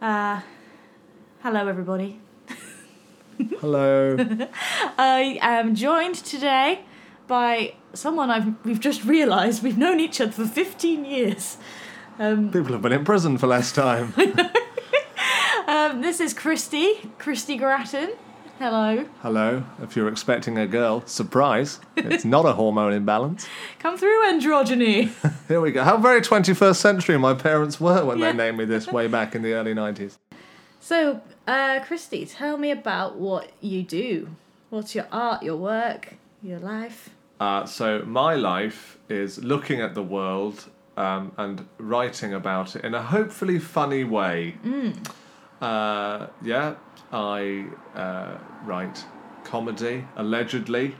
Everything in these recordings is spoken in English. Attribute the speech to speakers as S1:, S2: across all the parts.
S1: Uh, hello, everybody.
S2: Hello.
S1: I am joined today by someone I've we've just realised we've known each other for 15 years. Um,
S2: People have been in prison for less time.
S1: um, this is Christy, Christy Grattan. Hello.
S2: Hello. If you're expecting a girl, surprise. It's not a hormone imbalance.
S1: Come through, androgyny.
S2: Here we go. How very 21st century my parents were when
S1: Yeah.
S2: they named me this way back in the early 90s.
S1: so, uh, Christy, tell me about what you do. What's your art, your work, your life?
S2: Uh, so my life is looking at the world um, and writing about it in a hopefully funny way. Uh, yeah, I uh, write comedy, allegedly.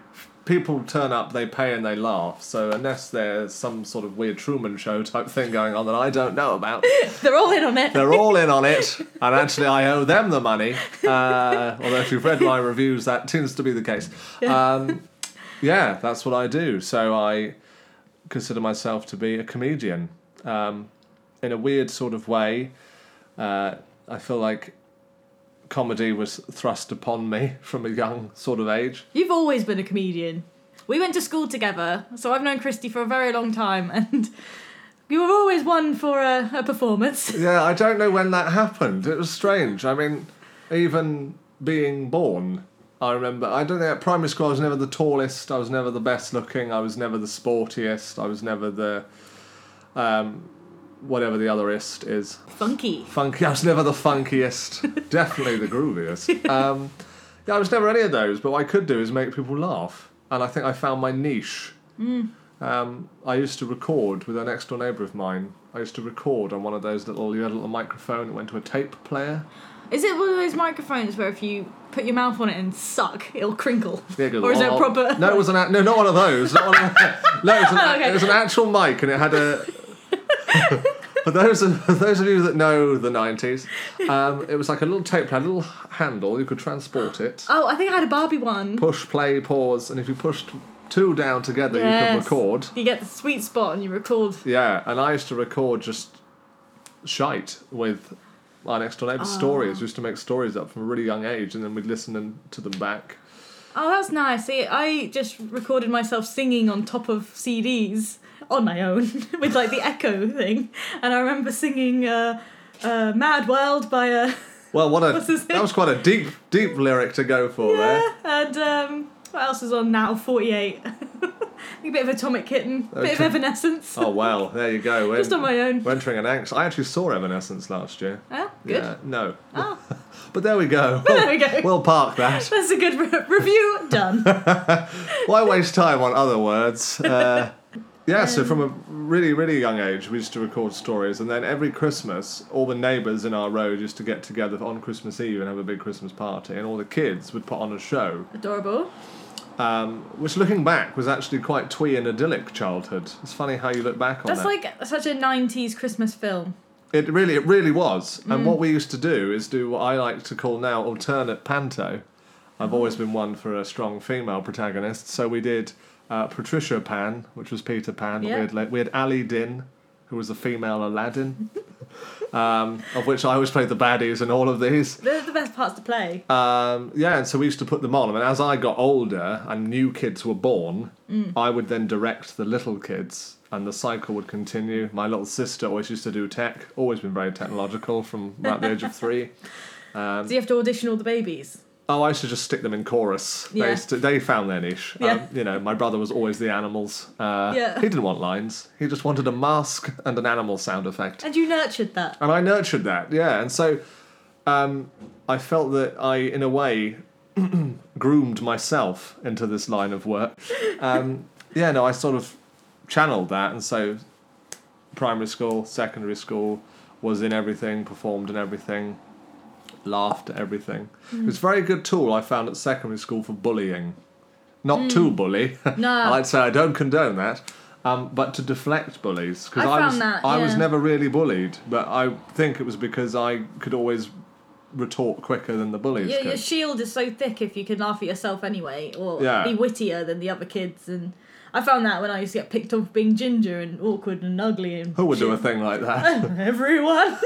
S2: People turn up, they pay, and they laugh. So unless there's some sort of weird Truman Show type thing going on that I don't know about,
S1: They're all in on it.
S2: they're all in on it, and actually, I owe them the money. Uh, although, if you've read my reviews, that tends to be the case. Um, yeah, that's what I do. So I consider myself to be a comedian um, in a weird sort of way. Uh, I feel like comedy was thrust upon me from a young sort of age.
S1: You've always been a comedian. We went to school together, so I've known Christy for a very long time, and you were always one for a, a performance.
S2: Yeah, I don't know when that happened. It was strange. I mean, even being born, I remember. I don't think at primary school I was never the tallest. I was never the best looking. I was never the sportiest. I was never the, um, whatever the otherist is.
S1: Funky.
S2: Funky. I was never the funkiest. Definitely the grooviest. Um, yeah, I was never any of those. But what I could do is make people laugh, and I think I found my niche.
S1: Hmm.
S2: Um, I used to record with a next door neighbour of mine. I used to record on one of those little you had a little microphone that went to a tape player.
S1: Is it one of those microphones where if you put your mouth on it and suck, it'll crinkle?
S2: Yeah, it goes,
S1: Or is it a
S2: "Oh."
S1: proper-
S2: No, it was an a- no, not one of those. Not one of those. No, it was, an, a-
S1: Okay.
S2: it was an actual mic, and it had a. For those of for those of you that know the nineties, um, it was like a little tape player, a little handle. You could transport it.
S1: Oh, I think I had a Barbie one.
S2: Push, play, pause, and if you pushed two down together, you could
S1: Yes.
S2: record.
S1: You get the sweet spot and you record.
S2: Yeah, and I used to record just shite with my next door neighbour
S1: Ah.
S2: stories. We used to make stories up from a really young age, and then we'd listen and, to them back.
S1: Oh, that's nice. See, I just recorded myself singing on top of CDs on my own with like the echo thing, and I remember singing uh, uh, "Mad World" by uh,
S2: Well, what a
S1: What's his
S2: that was quite a deep, deep lyric to go for there.
S1: and um, what else is on now? Forty Eight. a bit of Atomic Kitten, a bit of
S2: Okay.
S1: Evanescence.
S2: Oh well, there you go. We're,
S1: Just on my own.
S2: we're entering an angst. I actually saw Evanescence last year.
S1: Huh? Good.
S2: Yeah, no,
S1: Ah,
S2: but there we go.
S1: there we go.
S2: we'll park that.
S1: That's a good re- review done.
S2: Why waste time on other words? Uh, yeah, so from a really, really young age, we used to record stories, and then every Christmas, all the neighbours in our road used to get together on Christmas Eve and have a big Christmas party, and all the kids would put on a show,
S1: Adorable.
S2: um, which, looking back, was actually quite twee and idyllic childhood. It's funny how you look back on
S1: That's
S2: that.
S1: like such a '90s Christmas film.
S2: it really, it really was. And what we used to do is do what I like to call now alternate panto. I've always been one for a strong female protagonist, so we did uh, Patricia Pan, which was Peter Pan.
S1: Yeah.
S2: We had like, we had Ali Din, who was a female Aladdin, um, of which I always played the baddies in all of these.
S1: They're the best parts to play.
S2: Um, yeah, and so we used to put them on. And as I got older and new kids were born,
S1: Mm.
S2: I would then direct the little kids, and the cycle would continue. My little sister always used to do tech, always been very technological from about the age of three.
S1: Do you have to audition all the babies?
S2: Oh, I used to just stick them in chorus.
S1: Yeah.
S2: They, used to, they found their niche.
S1: Yeah.
S2: Um, you know, my brother was always the animals. Uh,
S1: Yeah.
S2: He didn't want lines, he just wanted a mask and an animal sound effect.
S1: And you nurtured that.
S2: and I nurtured that, yeah. And so um, I felt that I, in a way, groomed myself into this line of work. Um, yeah, no, I sort of channeled that, and so primary school, secondary school, was in everything, performed in everything, laughed at everything. It was a very good tool I found at secondary school for bullying. Not to bully.
S1: No.
S2: I like to say I don't condone that. Um, but to deflect bullies, because
S1: I
S2: I,
S1: found
S2: was
S1: that,
S2: I was
S1: yeah.
S2: never really bullied, but I think it was because I could always retort quicker than the bullies
S1: Your,
S2: could.
S1: your shield is so thick if you can laugh at yourself anyway, or
S2: Yeah.
S1: be wittier than the other kids. And I found that when I used to get picked on for being ginger and awkward and ugly and
S2: Who would do a
S1: shit.
S2: thing like that?
S1: everyone,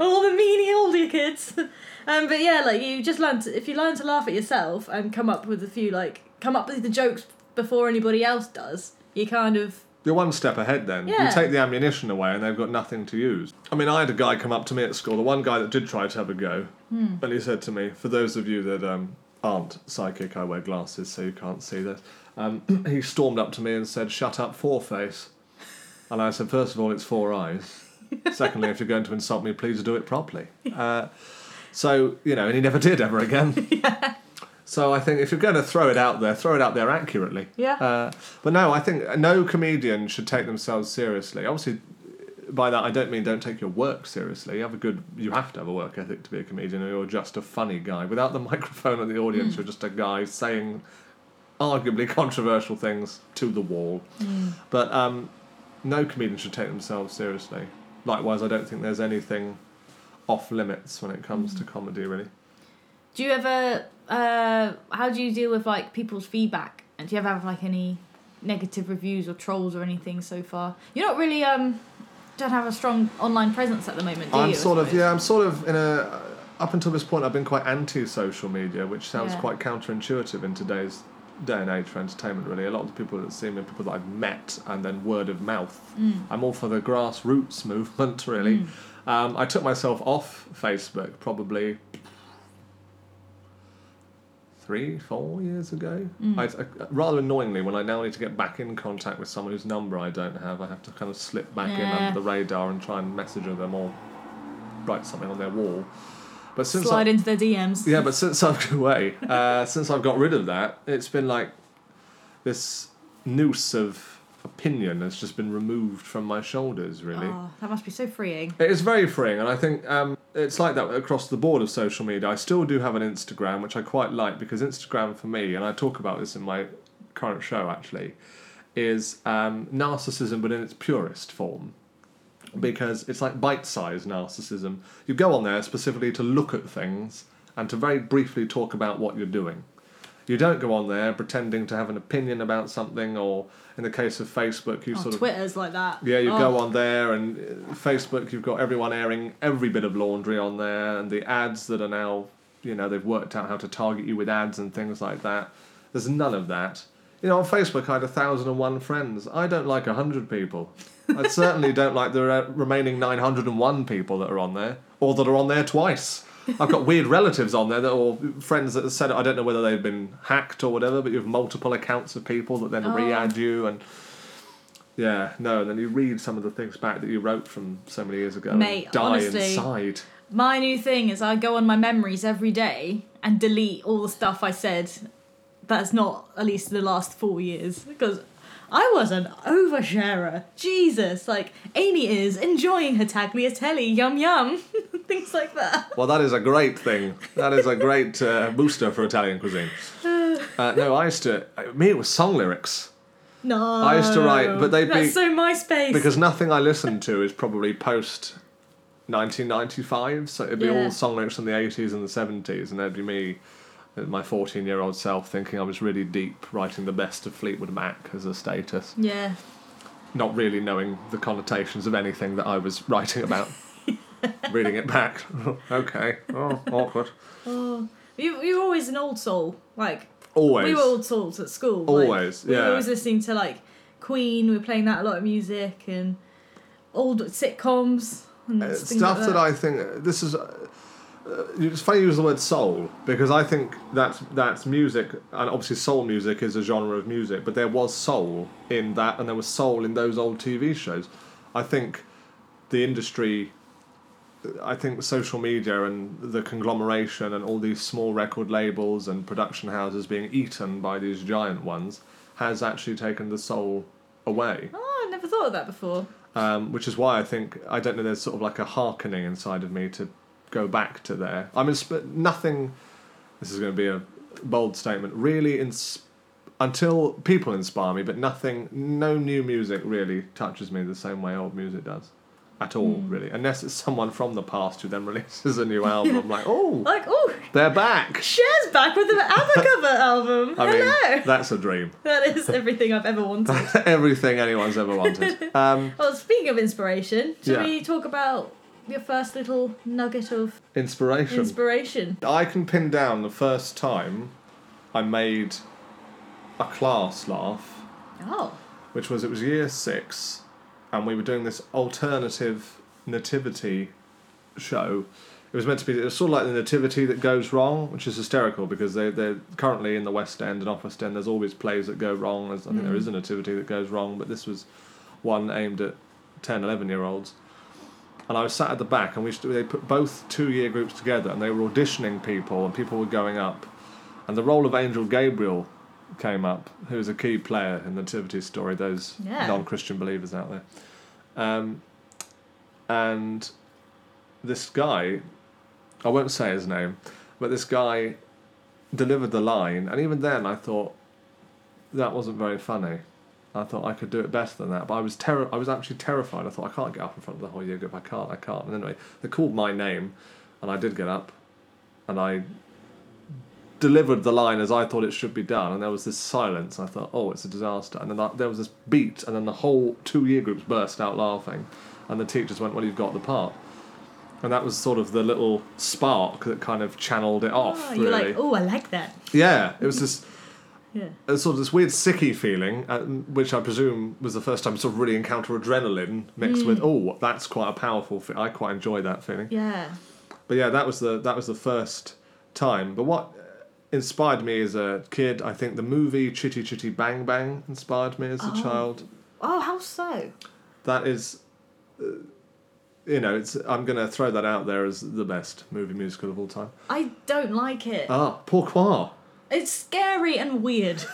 S1: all the meanie older kids. Um, but yeah, like you just learn to, if you learn to laugh at yourself and come up with a few like come up with the jokes before anybody else does, you kind of
S2: You're one step ahead then.
S1: Yeah.
S2: You take the ammunition away and they've got nothing to use. I mean, I had a guy come up to me at school, the one guy that did try to have a go, and he said to me, for those of you that um, aren't psychic, I wear glasses so you can't see this. Um, he stormed up to me and said, Shut up, foreface. And I said, First of all, it's four eyes. Secondly, if you're going to insult me, please do it properly. Uh, so, you know, and he never did ever again. So I think if you're going to throw it out there, throw it out there accurately.
S1: Yeah.
S2: Uh, but no, I think no comedian should take themselves seriously. Obviously, by that I don't mean don't take your work seriously. You have a good, you have to have a work ethic to be a comedian, or you're just a funny guy. Without the microphone and the audience, you're just a guy saying arguably controversial things to the wall. But um, no comedian should take themselves seriously. Likewise, I don't think there's anything off limits when it comes to comedy, really.
S1: Do you ever? Uh, how do you deal with like people's feedback? And do you ever have like any negative reviews or trolls or anything so far? You're not really um, don't have a strong online presence at the moment, do
S2: I'm
S1: you? I
S2: sort of
S1: suppose?
S2: yeah. I'm sort of in a up until this point. I've been quite anti-social media, which sounds
S1: Yeah.
S2: quite counterintuitive in today's day and age for entertainment. Really, a lot of the people that see me, are people that I've met, and then word of mouth.
S1: Mm.
S2: I'm all for the grassroots movement. Really, um, I took myself off Facebook probably. Three, four years ago,
S1: Mm.
S2: I, I- rather annoyingly, when I now need to get back in contact with someone whose number I don't have, I have to kind of slip back in
S1: Yeah.
S2: under the radar and try and message them or write something on their wall. But since
S1: Slide
S2: I,
S1: into their DMs.
S2: yeah, but since I've gone away, uh, since I've got rid of that, it's been like this noose of opinion has just been removed from my shoulders. Really,
S1: Oh, that must be so freeing.
S2: it is very freeing, and I think um, it's like that across the board of social media. I still do have an Instagram, which I quite like because Instagram for me, and I talk about this in my current show actually, is um, narcissism but in its purest form. Because it's like bite sized narcissism. You go on there specifically to look at things and to very briefly talk about what you're doing. You don't go on there pretending to have an opinion about something, or in the case of Facebook, you
S1: Oh,
S2: sort of
S1: Twitter's like that.
S2: yeah, you
S1: oh,
S2: go on there and uh, Facebook. You've got everyone airing every bit of laundry on there, and the ads that are now, you know, they've worked out how to target you with ads and things like that. There's none of that. You know, on Facebook, I had a thousand and one friends. I don't like a hundred people. I certainly don't like the re- remaining nine hundred and one people that are on there, or that are on there twice. I've got weird relatives on there that, or friends that have said I don't know whether they've been hacked or whatever, but you have multiple accounts of people that then
S1: Oh.
S2: re-add you and. Yeah, no, and then you read some of the things back that you wrote from so many years ago. and
S1: Mate,
S2: die
S1: honestly.
S2: inside.
S1: My new thing is I go on my memories every day and delete all the stuff I said that's not at least the last four years because I was an oversharer. Jesus, like Amy is enjoying her tagliatelle, yum yum, things like that.
S2: Well, that is a great thing. That is a great uh, booster for Italian cuisine. Uh, no, I used to. I- Me, it was song lyrics
S1: No,
S2: I used to write, but they'd
S1: that's
S2: be-
S1: so MySpace.
S2: because nothing I listened to is probably post 1995, so it'd be
S1: Yeah.
S2: all song lyrics from the 80s and the 70s, and there'd be me. uh, My 14 year old self thinking I was really deep writing the best of Fleetwood Mac as a status.
S1: yeah,
S2: not really knowing the connotations of anything that I was writing about. Reading it back. okay. Oh, awkward.
S1: oh, you you were always an old soul. Like
S2: Always.
S1: we were old souls at school. like,
S2: Always,
S1: We
S2: yeah.
S1: were always listening to like Queen. We were playing that a lot of music and old sitcoms and
S2: Uh,
S1: things
S2: stuff
S1: like
S2: that I think this is. Uh, uh, it's funny you use the word soul because I think that's that's music, and obviously soul music is a genre of music. But there was soul in that, and there was soul in those old TV shows. I think the industry. uh, I think social media and the conglomeration and all these small record labels and production houses being eaten by these giant ones has actually taken the soul away
S1: Oh, I never thought of that before.
S2: um, which is why I think I don't know. There's sort of like a hearkening inside of me to go back to there. I'm insp- nothing. This is going to be a bold statement. Really, ins- until people inspire me, but nothing. No new music really touches me the same way old music does, at all. Really, unless it's someone from the past who then releases a new album. I'm like, oh,
S1: Like, oh,
S2: they're back.
S1: Cher's back with the ABBA cover album.
S2: I mean,
S1: Hello.
S2: that's a dream.
S1: that is everything I've ever wanted.
S2: Everything anyone's ever wanted. Um,
S1: Well, speaking of inspiration, should
S2: Yeah.
S1: we talk about your first little nugget of
S2: Inspiration.
S1: inspiration?
S2: I can pin down the first time I made a class laugh,
S1: Oh,
S2: which was it was year six, and we were doing this alternative nativity show. It was meant to be it was sort of like the nativity that goes wrong, which is hysterical because they they're currently in the West End and off West End. There's always plays that go wrong. There's, I think there is a nativity that goes wrong, but this was one aimed at 10, 11 year olds. And I was sat at the back, and we they put both two year groups together, and they were auditioning people, and people were going up, and the role of Angel Gabriel came up, who is a key player in the Nativity story. Those
S1: Yeah.
S2: non Christian believers out there, um, and this guy, I won't say his name, but this guy delivered the line, and even then I thought that wasn't very funny. I thought I could do it better than that, but I was terri- I was actually terrified. I thought I can't get up in front of the whole year group. I can't. I can't. And anyway, they called my name, and I did get up, and I delivered the line as I thought it should be done. And there was this silence. I thought, oh, it's a disaster. And then that, there was this beat, and then the whole two year groups burst out laughing, and the teachers went, well, you've got the part. And that was sort of the little spark that kind of channeled it off.
S1: Oh,
S2: really.
S1: you're like, oh, I like that.
S2: Yeah, it was this
S1: Yeah.
S2: a sort of this weird sicky feeling, uh, which I presume was the first time I sort of really encounter adrenaline mixed with
S1: Hmm.
S2: oh, that's quite a powerful. Fe- I quite enjoy that feeling.
S1: Yeah.
S2: But yeah, that was the that was the first time. But what uh, inspired me as a kid, I think the movie Chitty Chitty Bang Bang inspired me as a
S1: Oh.
S2: child.
S1: Oh, how so?
S2: That is. uh, You know, it's. I'm gonna throw that out there as the best movie musical of all time.
S1: I don't like it.
S2: Ah, pourquoi?
S1: It's scary and weird.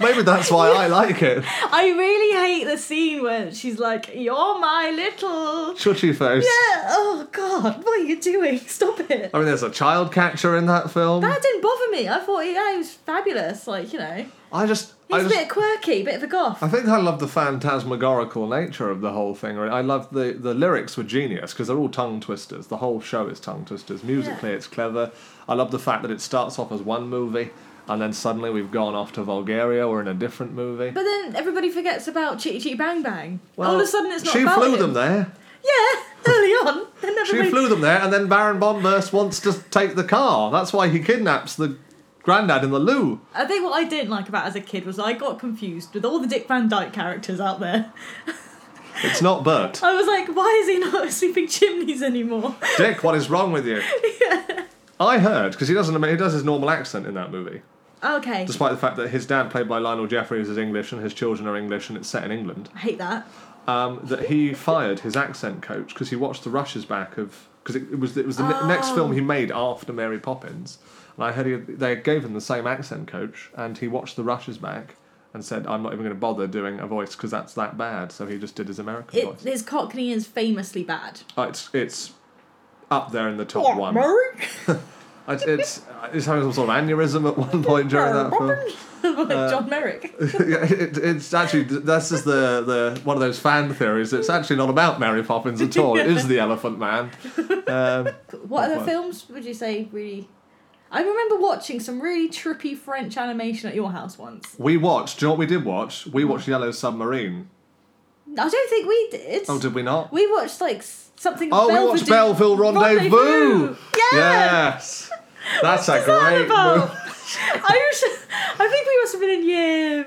S2: Maybe that's why I like it.
S1: I really hate the scene where she's like, "You're my little."
S2: Chuchy face.
S1: Yeah. Oh God, what are you doing? Stop it.
S2: I mean, there's a child catcher in that film.
S1: That didn't bother me. I thought, yeah, he was fabulous. Like you know,
S2: I just,
S1: he's
S2: I
S1: a
S2: just,
S1: bit quirky, bit of a goth.
S2: I think I love the phantasmagorical nature of the whole thing. right? I love the the lyrics were genius because they're all tongue twisters. The whole show is tongue twisters. Musically, it's clever. I love the fact that it starts off as one movie, and then suddenly we've gone off to Bulgaria. We're in a different movie.
S1: But then everybody forgets about Chitty Chitty Bang Bang. All of a sudden, it's not
S2: she
S1: about
S2: flew
S1: him.
S2: them there.
S1: Yeah, early on. Then
S2: She
S1: everybody.
S2: flew them there, and then Baron Bombast wants to take the car. That's why he kidnaps the granddad in the loo.
S1: I think what I didn't like about it as a kid was I got confused with all the Dick Van Dyke characters out there.
S2: It's not Bert.
S1: I was like, why is he not sweeping chimneys anymore?
S2: Dick, what is wrong with you? I heard because he doesn't. He does his normal accent in that movie,
S1: Okay.
S2: despite the fact that his dad, played by Lionel Jeffries, is English and his children are English and it's set in England.
S1: I hate that.
S2: Um, that he fired his accent coach because he watched the rushes back of because it, it was it was the ne- next
S1: Oh.
S2: film he made after Mary Poppins, and I heard he, they gave him the same accent coach, and he watched the rushes back and said, "I'm not even going to bother doing a voice because that's that bad." So he just did his American
S1: It,
S2: voice.
S1: his Cockney is famously bad.
S2: Uh, it's it's up there in the top one. It's, it's, it's having some sort of aneurysm at one point during that film. Uh,
S1: John Merrick.
S2: Yeah, it, it's actually that's just the, the one of those fan theories. It's actually not about Mary Poppins at all. It is the Elephant Man. Um,
S1: What other
S2: Well-
S1: films would you say really? I remember watching some really trippy French animation at your house once.
S2: we watched. Do you know what we did watch? We watched Yellow Submarine.
S1: I don't think we did.
S2: Oh, did we not?
S1: we watched like s- something.
S2: Oh, we watched Belleville Rendezvous.
S1: Yeah.
S2: Yes, that's a great
S1: About.
S2: movie.
S1: I was, I think we must have been in year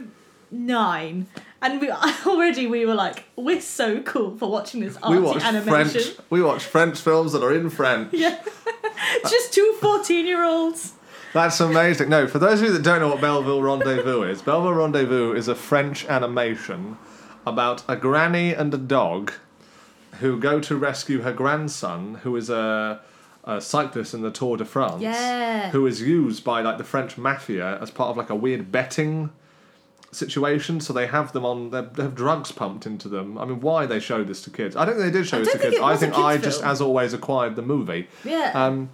S1: nine, and we already we were like, we're so cool for watching this artsy
S2: We watched
S1: animation.
S2: French. We watched French films that are in French.
S1: Yeah, just two 14 year olds.
S2: That's amazing. No, for those of you that don't know what Belleville Rendezvous is, Belleville Rendezvous is a French animation about a granny and a dog who go to rescue her grandson, who is a, a cyclist in the Tour de France,
S1: Yeah.
S2: who is used by like the French mafia as part of like a weird betting situation. So they have them on, they have drugs pumped into them. I mean, why they showed this to kids? I don't think they did show
S1: I
S2: this to
S1: don't think
S2: kids.
S1: it
S2: I
S1: was a
S2: think
S1: kids'
S2: I just,
S1: film.
S2: as always, acquired the movie.
S1: Yeah.
S2: Um,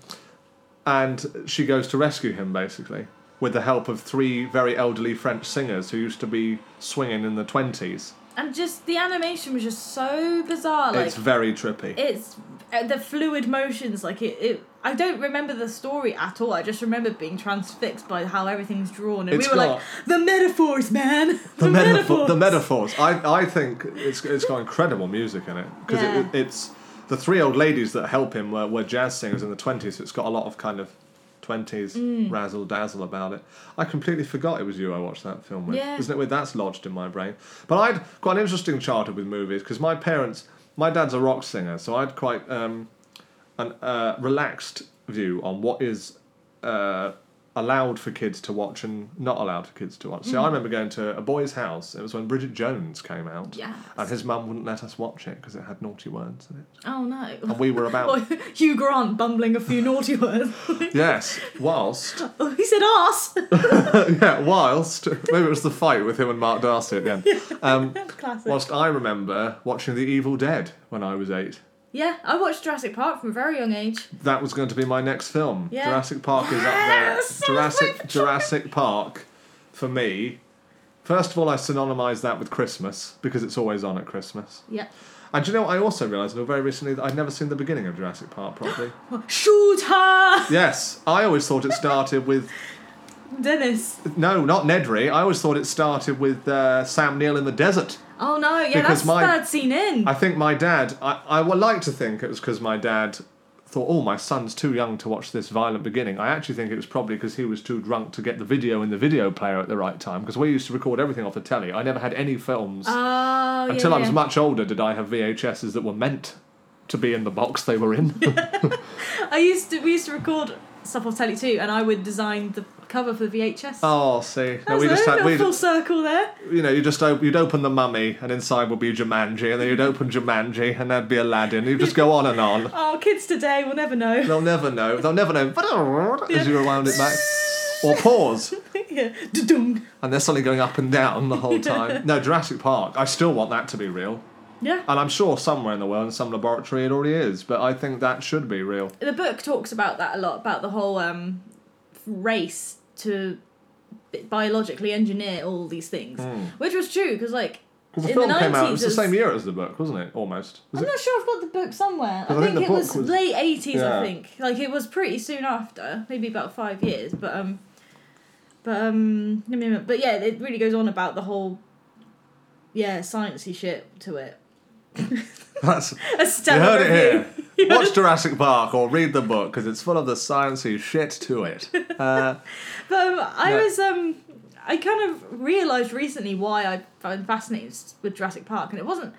S2: and she goes to rescue him, basically, with the help of three very elderly French singers who used to be swinging in the 20s.
S1: and just the animation was just so bizarre. Like
S2: it's very trippy.
S1: it's uh, the fluid motions. Like it, it. I don't remember the story at all. I just remember being transfixed by how everything's drawn, and
S2: It's
S1: we were
S2: got-
S1: like the metaphors, man. The,
S2: metaphor- the metaphors. I, I think it's, it's got incredible music in it because
S1: Yeah.
S2: it, it's the three old ladies that help him were, were jazz singers in the 20s, so it's got a lot of kind of 20s
S1: Mm.
S2: razzle dazzle about it. I completely forgot it was you I watched that film with.
S1: Yeah.
S2: Isn't it with that's lodged in my brain? But I'd quite an interesting childhood with movies because my parents, my dad's a rock singer, so I'd quite um, an uh, relaxed view on what is uh, allowed for kids to watch and not allowed for kids to watch. So I remember going to a boy's house. It was when Bridget Jones came out.
S1: Yes.
S2: And his mum wouldn't let us watch it because it had naughty words in it.
S1: Oh no.
S2: And we were about.
S1: Or Hugh Grant bumbling a few naughty words.
S2: yes, whilst.
S1: Oh, he said arse.
S2: yeah, whilst. Maybe it was the fight with him and Mark Darcy at the end. Um,
S1: Classic.
S2: whilst I remember watching The Evil Dead when I was eight.
S1: yeah, I watched Jurassic Park from a very young age.
S2: That was going to be my next film.
S1: Yeah.
S2: Jurassic Park
S1: Yes!
S2: is up there. Jurassic, Jurassic Park, for me. First of all, I synonymise that with Christmas because it's always on at Christmas.
S1: Yeah.
S2: And do you know what I also realised until very recently that I'd never seen the beginning of Jurassic Park properly.
S1: Shoot her!
S2: yes, I always thought it started with
S1: Dennis.
S2: no, not Nedry. I always thought it started with uh, Sam Neill in the desert.
S1: Oh no, yeah,
S2: Because
S1: that's
S2: my-
S1: third scene in.
S2: I think my dad. I, I would like to think it was because my dad thought, "Oh, my son's too young to watch this violent beginning." I actually think it was probably because he was too drunk to get the video in the video player at the right time. Because we used to record everything off the telly. I never had any films
S1: oh,
S2: until
S1: yeah,
S2: I was
S1: yeah.
S2: much older. Did I have VHSs that were meant to be in the box they were in?
S1: I used to. We used to record stuff off telly too, and I would design the cover for the VHS.
S2: oh, see, no,
S1: That's
S2: we
S1: a
S2: just had
S1: little
S2: we.
S1: full circle there.
S2: you know, you just op- you'd open the mummy, and inside would be Jumanji, and then you'd open Jumanji, and there'd be Aladdin. You'd just go on and on.
S1: Oh, kids today will never know.
S2: They'll never know. They'll never know as you rewound it back, or pause,
S1: yeah. Dudung.
S2: and they're suddenly going up and down the whole time. No, Jurassic Park. I still want that to be real,
S1: Yeah.
S2: and I'm sure somewhere in the world, in some laboratory, it already is. But I think that should be real.
S1: the book talks about that a lot about the whole um, race to bi- biologically engineer all these things, which was true because like
S2: Because Hmm. the
S1: in
S2: film
S1: the
S2: came out. It
S1: nineties,
S2: was the same year as the book, wasn't it? Almost. Was
S1: I'm
S2: it?
S1: not sure I've got the book somewhere. I
S2: I
S1: think,
S2: think the
S1: it
S2: book
S1: was,
S2: was-
S1: late eighties.
S2: Yeah.
S1: I think like it was pretty soon after, maybe about five years. But um, but um, let me remember. but yeah, it really goes on about the whole yeah sciencey shit to it.
S2: That's
S1: A
S2: you
S1: stellar
S2: heard it
S1: review.
S2: here. Watch Jurassic Park or read the book because it's full of the sciencey shit to it. Uh,
S1: But um, I
S2: No.
S1: was um, I kind of realised recently why I found fascinated with Jurassic Park, and it wasn't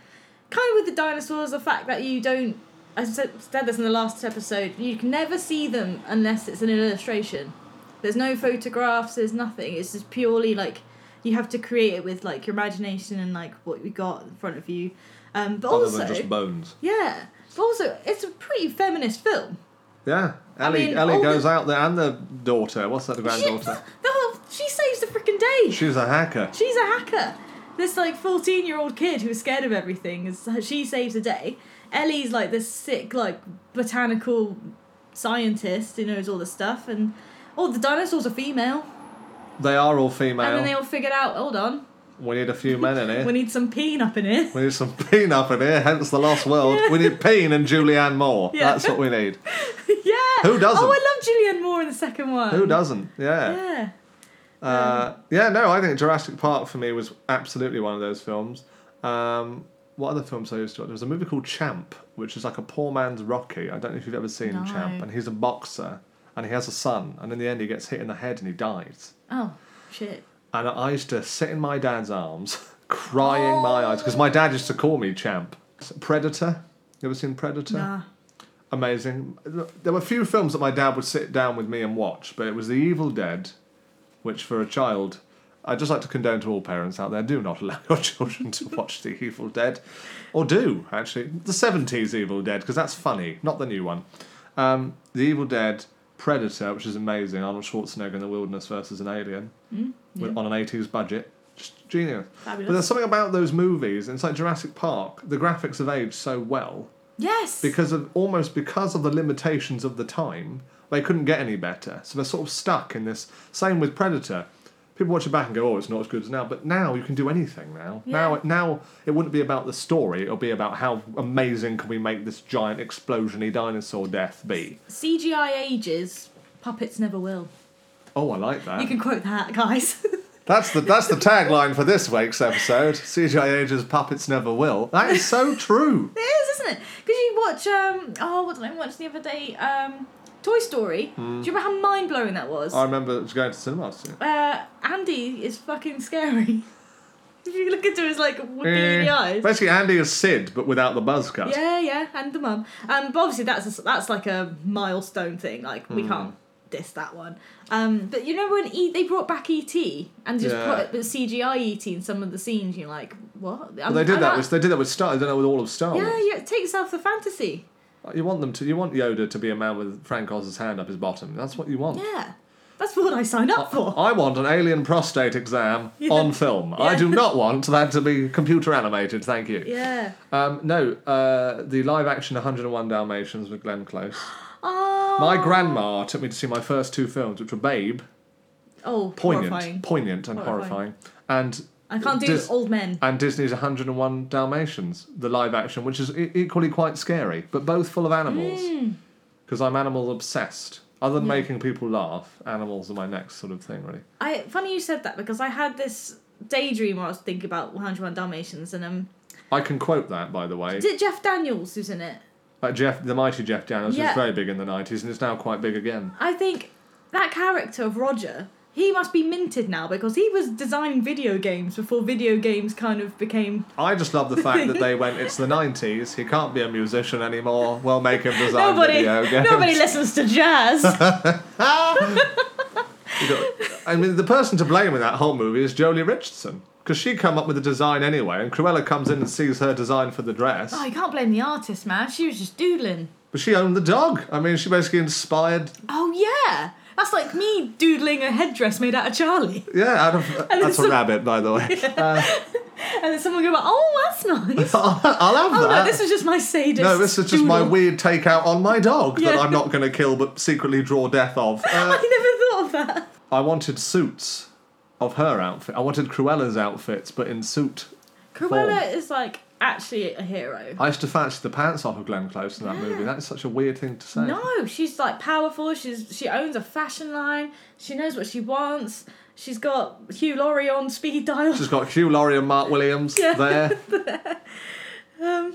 S1: kind of with the dinosaurs. The fact that you don't, I said, said this in the last episode, you can never see them unless it's an illustration. There's no photographs. There's nothing. It's just purely like you have to create it with like your imagination and like what you got in front of you. Um, but
S2: other
S1: also,
S2: than just bones.
S1: yeah. But also, it's a pretty feminist film.
S2: Yeah, Ellie.
S1: mean,
S2: Ellie
S1: all
S2: goes
S1: the-
S2: out there, and the daughter. What's that? The
S1: She, the
S2: granddaughter.
S1: whole, she saves the freaking day.
S2: She's a hacker.
S1: She's a hacker. This like fourteen year old kid who's scared of everything is she saves the day. Ellie's like this sick like botanical scientist who knows all the stuff and all the dinosaurs are female.
S2: They are all
S1: And
S2: female.
S1: then they all figured out, hold on,
S2: We need a few men in here.
S1: we need some peen up in here.
S2: We need some Peen up in here, hence the Lost World. We need Peen and Julianne Moore.
S1: Yeah.
S2: That's what we need.
S1: yeah.
S2: Who doesn't?
S1: Oh, I love Julianne Moore in the second one.
S2: Who doesn't? Yeah.
S1: Yeah.
S2: Uh, yeah, no, I think Jurassic Park for me was absolutely one of those films. Um, what other films I used to watch? There was a movie called Champ, which is like a poor man's Rocky. I don't know if you've ever seen
S1: No.
S2: Champ. And he's a boxer, and he has a son, and in the end he gets hit in the head and he dies.
S1: Oh shit.
S2: and I used to sit in my dad's arms, crying my eyes, because my dad used to call me Champ. Predator. You ever seen Predator?
S1: Nah.
S2: Amazing. There were a few films that my dad would sit down with me and watch, but it was The Evil Dead, which for a child, I'd just like to condone to all parents out there do not allow your children to watch The Evil Dead. Or do, actually. The 70s Evil Dead, because that's funny, not the new one. Um, the Evil Dead, Predator, which is amazing. Arnold Schwarzenegger in the wilderness versus an alien with, on an 80s budget. Just genius. But
S1: Fabulous.
S2: there's something about those movies, and it's like Jurassic Park, the graphics have aged so well
S1: Yes.
S2: because of almost because of the limitations of the time, they couldn't get any better. So they're sort of stuck in this. Same with Predator. People watch it back and go, "Oh, it's not as good as now." But now you can do anything. Now, now,
S1: Yeah.
S2: now it wouldn't be about the story. It'll be about how amazing can we make this giant explosiony dinosaur death be.
S1: CGI ages, puppets never will.
S2: Oh, I like that.
S1: You can quote that, guys.
S2: That's the that's the tagline for this week's episode. CGI ages puppets never will. That is so true.
S1: It is, isn't it? Because you you watch um oh what did I watch the other day? Um Toy Story. Do you remember how mind blowing that was?
S2: Hmm. I remember going to cinema to see it.
S1: uh Andy is fucking scary. if you look into his like
S2: Eh,
S1: weird eyes.
S2: Basically, Andy is Sid, but without the buzz cut.
S1: Yeah, yeah, and the mum. Um, but obviously that's a, that's like a milestone thing. Like
S2: Hmm.
S1: we can't diss that one. Um, but you know when e- they brought back ET and just
S2: Yeah.
S1: put the CGI ET E in some of the scenes, you're like, what?
S2: But they did that. With, they did that with Star. They did that with all of Star Wars.
S1: yeah, yeah. Take yourself the fantasy.
S2: You want them to. You want Yoda to be a man with Frank Oz's hand up his bottom. That's what you want.
S1: Yeah, that's what I signed up for.
S2: I want an alien prostate exam on film. I
S1: Yeah.
S2: do not want that to be computer animated. Thank you.
S1: Yeah.
S2: Um, no, uh, the live action 101 Dalmatians with Glenn Close.
S1: Oh.
S2: My grandma took me to see my first two films, which were Babe,
S1: Oh,
S2: poignant,
S1: horrifying.
S2: poignant and horrifying,
S1: Horrifying.
S2: and
S1: I can't do
S2: Dis-
S1: old men.
S2: and Disney's 101 Dalmatians, the live action, which is e- equally quite scary, but both full of animals.
S1: Hmm.
S2: Because I'm animal obsessed. Other than making people laugh, animals are my next sort of thing, really.
S1: I funny you said that because I had this daydream where I was thinking about 101 Dalmatians and um,
S2: I can quote that, by the way.
S1: is it Jeff Daniels who's in it?
S2: Uh, Jeff, the mighty Jeff Daniels was
S1: Yeah.
S2: very big in the 90s and is now quite big again.
S1: I think that character of Roger, he must be minted now because he was designing video games before video games kind of became.
S2: I just love the fact that they went, it's the 90s, he can't be a musician anymore, well, make him design
S1: Nobody,
S2: video games.
S1: nobody listens to jazz.
S2: You got- I mean, the person to blame in that whole movie is Jolie Richardson. Because she come up with the design anyway, and Cruella comes in and sees her design for the dress.
S1: oh, you can't blame the artist, man. She was just doodling.
S2: But she owned the dog. I mean, she basically inspired,
S1: Oh yeah, that's like me doodling a headdress made out of Charlie,
S2: yeah, out of, that's a
S1: some-
S2: rabbit, by the way.
S1: and then someone go, "Oh, that's nice."
S2: I'll, I'll have
S1: Oh no,
S2: that.
S1: this was just my sadist.
S2: No, this is just my
S1: doodle.
S2: weird takeout on my dog that
S1: Yeah.
S2: I'm not going to kill but secretly draw death of. Uh,
S1: I never thought of that.
S2: I wanted suits of her outfit. I wanted Cruella's outfits, but in suit.
S1: Cruella is like actually a hero.
S2: I used to fancy the pants off of Glenn Close in that movie. That's such a weird thing to say.
S1: No, she's like powerful. She's she owns a fashion line. She knows what she wants. She's got Hugh Laurie on speed dial.
S2: She's got Hugh Laurie and Mark Williams
S1: Yeah. Um,
S2: there.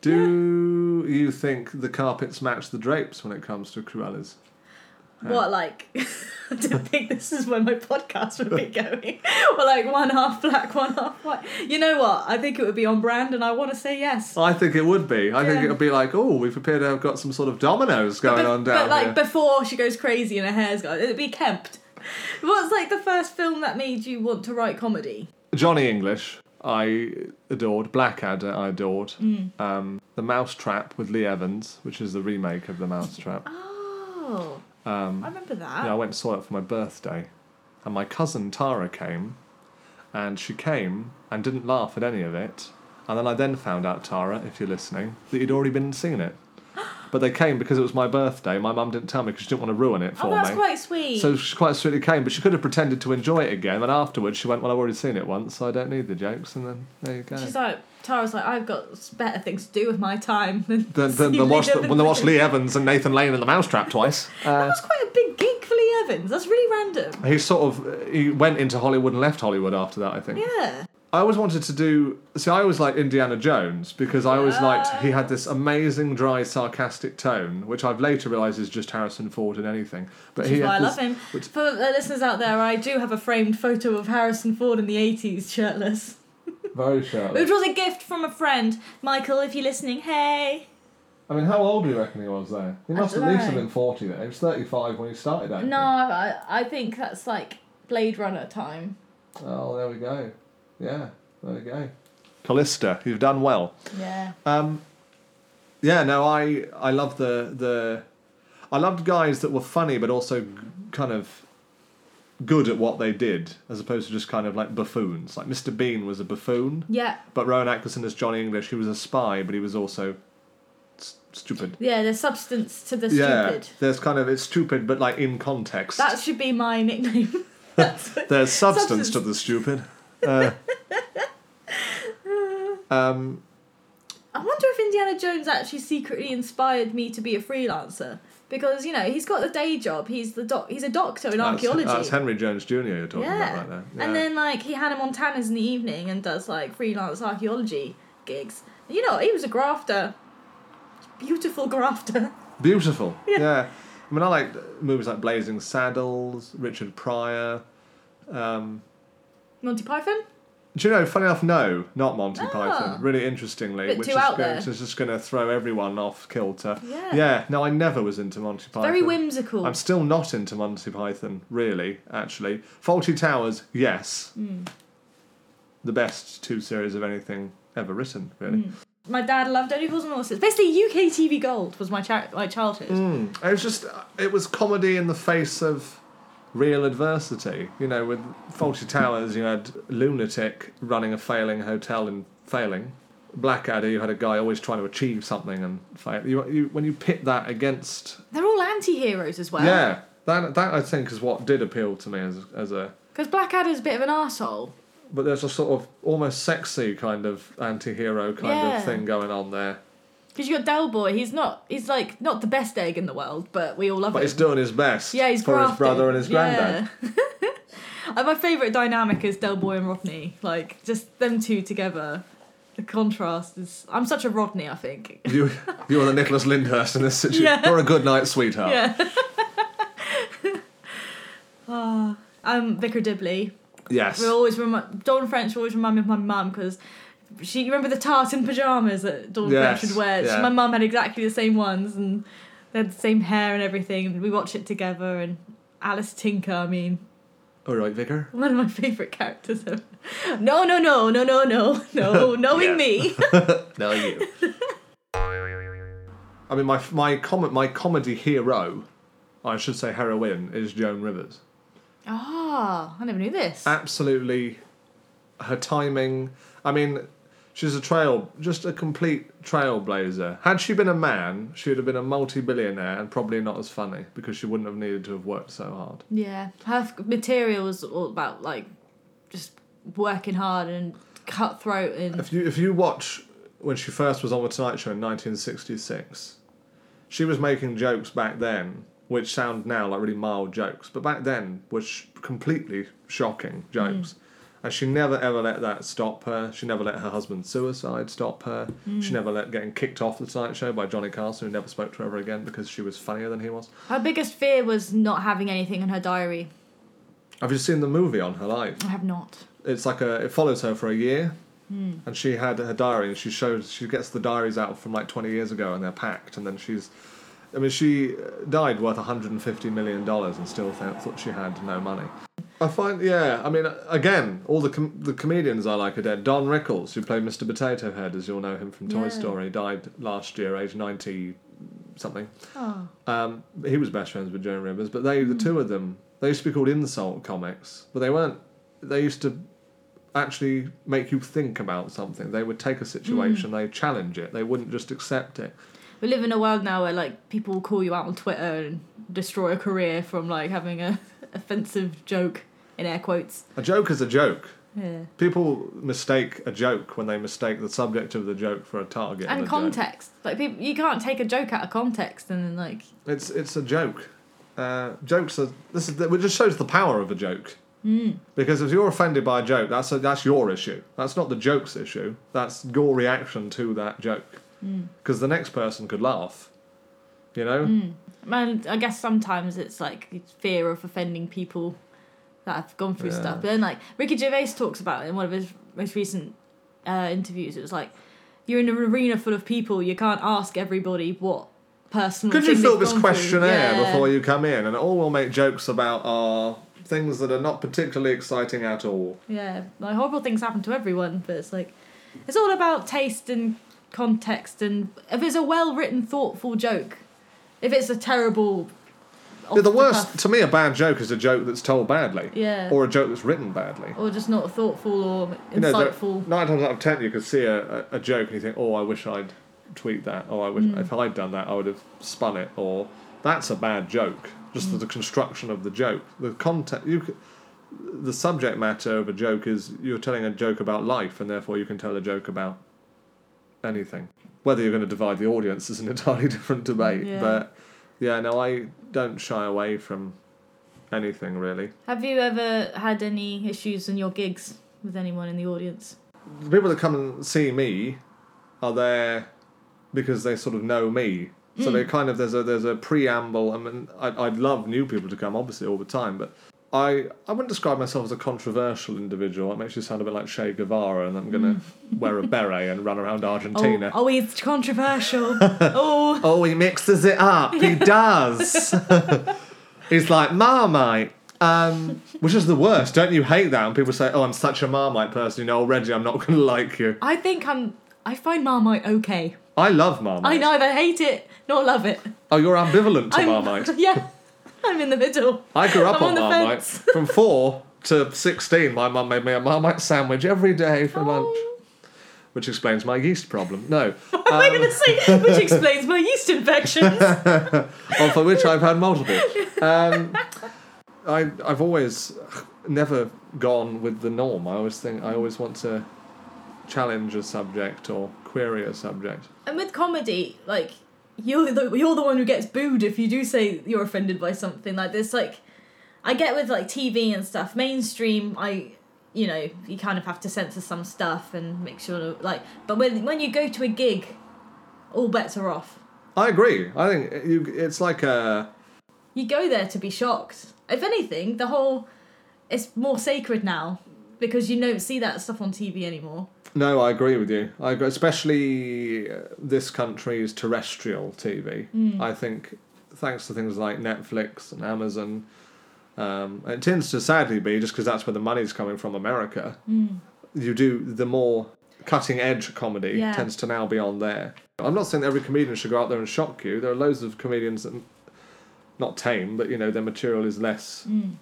S2: Do you think the carpets match the drapes when it comes to Cruella's?
S1: What like? I don't think this is where my podcast would be going. Or like one half black, one half white. You know what? I think it would be on brand, and I want to say yes.
S2: I think it would be. I think
S1: Yeah.
S2: it would be like, oh, we've appeared to have got some sort of dominoes going
S1: but,
S2: on
S1: but
S2: down
S1: like
S2: here.
S1: before she goes crazy and her hair's gone, it'd be kempt. What's like the first film that made you want to write comedy?
S2: Johnny English, I adored. Blackadder, I adored.
S1: Mm.
S2: Um, the Mousetrap with Lee Evans, which is the remake of The Mousetrap.
S1: Oh,
S2: Um,
S1: I remember that.
S2: yeah, I went and saw it for my birthday. And my cousin Tara came, and she came and didn't laugh at any of it. And then I then found out, Tara, if you're listening, that you'd already been and seen it. But they came because it was my birthday. My mum didn't tell me because she didn't want to ruin it for
S1: oh, that's
S2: me.
S1: quite sweet.
S2: So she quite sweetly came, but she could have pretended to enjoy it again. And afterwards, she went, "Well, I've already seen it once, so I don't need the jokes." And then there you go.
S1: She's like, Tara's like, I've got s- better things to do with my time than
S2: Then, then
S1: see
S2: they
S1: Lee
S2: watched
S1: Evans
S2: when they watched
S1: again."
S2: Lee Evans and Nathan Lane in the Mousetrap twice. Uh,
S1: That was quite a big gig for Lee Evans. That's really random.
S2: He sort of he went into Hollywood and left Hollywood after that. I think.
S1: Yeah.
S2: I always wanted to do. See, I always liked Indiana Jones because I always liked he had this amazing, dry, sarcastic tone, which I've later realised is just Harrison Ford in anything. But
S1: Which is
S2: he had
S1: why I
S2: this-
S1: love him.
S2: which-
S1: For the listeners out there, I do have a framed photo of Harrison Ford in the 80s shirtless,
S2: Very shirtless.
S1: which was a gift from a friend. Michael, if you're listening, hey.
S2: I mean, how old do you reckon he was there? He must at
S1: don't
S2: least
S1: know.
S2: have been forty then. He was thirty-five when he started acting.
S1: No, I, I think that's like Blade Runner time.
S2: Oh, there we go. Yeah, there we go. Callista, you've done well.
S1: Yeah.
S2: Um, yeah, no, I I love the the I loved guys that were funny but also g- kind of good at what they did, as opposed to just kind of like buffoons. Like Mr. Bean was a buffoon,
S1: Yeah.
S2: but Rowan Atkinson as Johnny English, he was a spy, but he was also s- stupid.
S1: Yeah, there's substance to the
S2: yeah,
S1: stupid.
S2: there's kind of it's stupid, but like in context.
S1: That should be my nickname. That's what-
S2: There's substance,
S1: Substance.
S2: to the stupid. Uh, um,
S1: I wonder if Indiana Jones actually secretly inspired me to be a freelancer because you know he's got the day job. He's the doc. He's a doctor in
S2: that's,
S1: archaeology.
S2: that's Henry Jones Jr. You're talking about right there. Yeah.
S1: And then like he Hannah Montana's in the evening and does like freelance archaeology gigs. You know he was a grafter. beautiful grafter.
S2: Beautiful.
S1: Yeah.
S2: Yeah. I mean, I like movies like Blazing Saddles, Richard Pryor. Um,
S1: Monty Python?
S2: do you know, funny enough, no, not Monty
S1: Ah.
S2: Python. Really interestingly,
S1: Bit
S2: which
S1: too
S2: is,
S1: out
S2: going,
S1: there.
S2: which is just going to throw everyone off kilter.
S1: Yeah.
S2: no, I never was into Monty Python.
S1: Very whimsical.
S2: I'm still not into Monty Python, really, actually. Faulty Towers, yes.
S1: Hmm.
S2: The best two series of anything ever written,
S1: Hmm.
S2: really.
S1: My dad loved Only Fools and Horses. Basically, UK TV Gold was my, cha- my childhood.
S2: Hmm. It was just, it was comedy in the face of real adversity. You know, with Faulty Towers, you had lunatic running a failing hotel and failing. Blackadder, you had a guy always trying to achieve something and fail. You, you, when you pit that against,
S1: They're all anti heroes as well.
S2: yeah, that that I think is what did appeal to me as as a.
S1: Because Blackadder's a bit of an arsehole.
S2: But there's a sort of almost sexy kind of anti-hero kind
S1: Yeah.
S2: of thing going on there.
S1: Because you got Del Boy, he's not, he's like, not the best egg in the world, but we all love
S2: But
S1: him.
S2: he's doing his best
S1: yeah, he's
S2: for
S1: grafted.
S2: his brother and his granddad.
S1: Yeah. and my favourite dynamic is Del Boy and Rodney. Like, just them two together. The contrast is. I'm such a Rodney, I think.
S2: You, you're the Nicholas Lyndhurst in this situation.
S1: Yeah.
S2: You're a good night sweetheart.
S1: Yeah. Ah, um, Vicar Dibley.
S2: Yes.
S1: We always remi- Dawn French always remind me of my mum because she you remember the tartan pajamas that Dawn
S2: Yes,
S1: French would wear. She-
S2: yeah.
S1: my mum had exactly the same ones and they had the same hair and everything. And we watch it together. And Alice Tinker, I mean,
S2: All right, Vicar.
S1: one of my favourite characters. Ever. No, no, no, no, no, no, no, knowing
S2: Yeah.
S1: me.
S2: Now you. I mean, my my com- my comedy hero, I should say heroine, is Joan Rivers.
S1: Ah, I never knew this.
S2: Uh, Absolutely, her timing. I mean, she's a trail, just a complete trailblazer. Had she been a man, she would have been a multi-billionaire and probably not as funny because she wouldn't have needed to have worked so hard.
S1: yeah, her f- material was all about like just working hard and cutthroat and
S2: If you if you watch when she first was on the Tonight Show in 1966, she was making jokes back then, which sound now like really mild jokes, but back then were sh- completely shocking jokes. And she never ever let that stop her. She never let her husband's suicide stop her. She never let getting kicked off the Tonight Show by Johnny Carson, who never spoke to her ever again because she was funnier than he was.
S1: her biggest fear was not having anything in her diary.
S2: Have you seen the movie on her life?
S1: I have not.
S2: it's like a it follows her for a year and she had her diary and she shows she gets the diaries out from like 20 years ago and they're packed and then she's i mean she uh, died worth 150 million dollars and still th- thought she had no money i find yeah i mean uh, again all the com- the comedians i like are dead don rickles who played mr potato head as you'll know him from toy
S1: Yeah.
S2: story died last year age 90 something
S1: Oh.
S2: um, he was best friends with Joan Rivers, but they, the two of them, they used to be called insult comics, but they weren't. They used to actually make you think about something. They would take a situation, they challenge it. They wouldn't just accept it.
S1: We live in a world now where like people will call you out on Twitter and destroy a career from like having a offensive joke in air quotes.
S2: A joke is a joke.
S1: Yeah.
S2: People mistake a joke when they mistake the subject of the joke for a target. of
S1: And
S2: the joke.
S1: context. Like people you can't take a joke out of context and then like
S2: It's it's a joke. Uh, jokes are this is it just shows the power of a joke.
S1: Hmm.
S2: Because if you're offended by a joke, that's a, that's your issue. That's not the joke's issue. That's your reaction to that joke.
S1: Hmm.
S2: Because the next person could laugh. You know,
S1: man I guess sometimes it's like it's fear of offending people that have gone through
S2: Yeah.
S1: stuff. But then like Ricky Gervais talks about it in one of his most recent uh, interviews. It was like you're in an arena full of people, you can't ask everybody what personal
S2: could you
S1: thing
S2: fill
S1: they've
S2: this
S1: gone through.
S2: questionnaire
S1: Yeah.
S2: before you come in? And all we'll make jokes about are things that are not particularly exciting at all.
S1: Yeah, like horrible things happen to everyone, but it's like it's all about taste and context and if it's a well written, thoughtful joke. If it's a terrible
S2: Yeah, the
S1: off
S2: worst to me, a bad joke is a joke that's told badly,
S1: cuff- Yeah. Or,
S2: or a joke that's written badly.
S1: just not thoughtful or
S2: You know, there-
S1: insightful.
S2: nine times out of ten, you could see a, a, a joke and you think, "Oh, I wish I'd tweet that," or "I wish
S1: Mm.
S2: if I'd done that, I would have spun it," or "That's a bad joke." Just
S1: Mm.
S2: the construction of the joke, the content, you, c- the subject matter of a joke is you're telling a joke about life, and therefore you can tell a joke about anything. Whether you're going to divide the audience is an entirely different debate,
S1: Yeah.
S2: but yeah, no, I don't shy away from anything really.
S1: Have you ever had any issues in your gigs with anyone in the audience?
S2: the people that come and see me are there because they sort of know me. So
S1: Hmm.
S2: they kind of there's a there's a preamble. I mean, I, I'd love new people to come, obviously, all the time, but I I wouldn't describe myself as a controversial individual. That makes you sound a bit like Che Guevara, and I'm gonna wear a beret and run around Argentina.
S1: Hmm. Oh, oh, it's controversial. oh,
S2: Oh, he mixes it up. He does. He's like Marmite, um, which is the worst. Don't you hate that? And people say, "Oh, I'm such a Marmite person." You know, already I'm not going to like you.
S1: I think I'm. I find Marmite okay.
S2: I love Marmite.
S1: I neither hate it nor love it.
S2: Oh, you're ambivalent to
S1: I'm,
S2: Marmite.
S1: Yeah, I'm in the middle.
S2: I grew up
S1: I'm
S2: on,
S1: on the
S2: Marmite
S1: fence.
S2: from four to sixteen. My mum made me a Marmite sandwich every day for lunch,
S1: Oh.
S2: which explains my yeast problem. No, Um,
S1: Am I going to say which explains my yeast infections?
S2: of which I've had multiple. Um, I, I've always never gone with the norm. I always think I always want to challenge a subject or query a subject.
S1: and with comedy, like you're the you're the one who gets booed if you do say you're offended by something like this. Like I get with like TV and stuff, mainstream. I you know you kind of have to censor some stuff and make sure like. But when when you go to a gig, all bets are off.
S2: I agree. I think you, it's like a
S1: You go there to be shocked. If anything, the whole it's more sacred now because you don't see that stuff on TV anymore.
S2: no. I agree with you. I agree, especially uh, this country's terrestrial TV. I think thanks to things like Netflix and Amazon. Um, it tends to sadly be just because that's where the money's coming from, America. you do the more cutting edge comedy
S1: Yeah.
S2: tends to now be on there. I'm not saying that every comedian should go out there and shock you. There are loads of comedians that not tame, but you know their material is less
S1: Mm.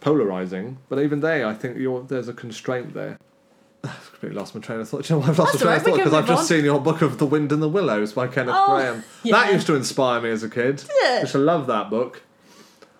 S2: polarizing. But even they, I think you're, there's a constraint there. I've completely lost my train of thought. Do you know what? I've lost
S1: That's
S2: my train
S1: all right,
S2: of thought
S1: we can
S2: because I've
S1: move
S2: just
S1: on.
S2: seen your book of The Wind and the Willows by Kenneth
S1: Oh,
S2: Graham.
S1: yeah.
S2: That used to inspire me as a kid.
S1: it?
S2: I used to love that book.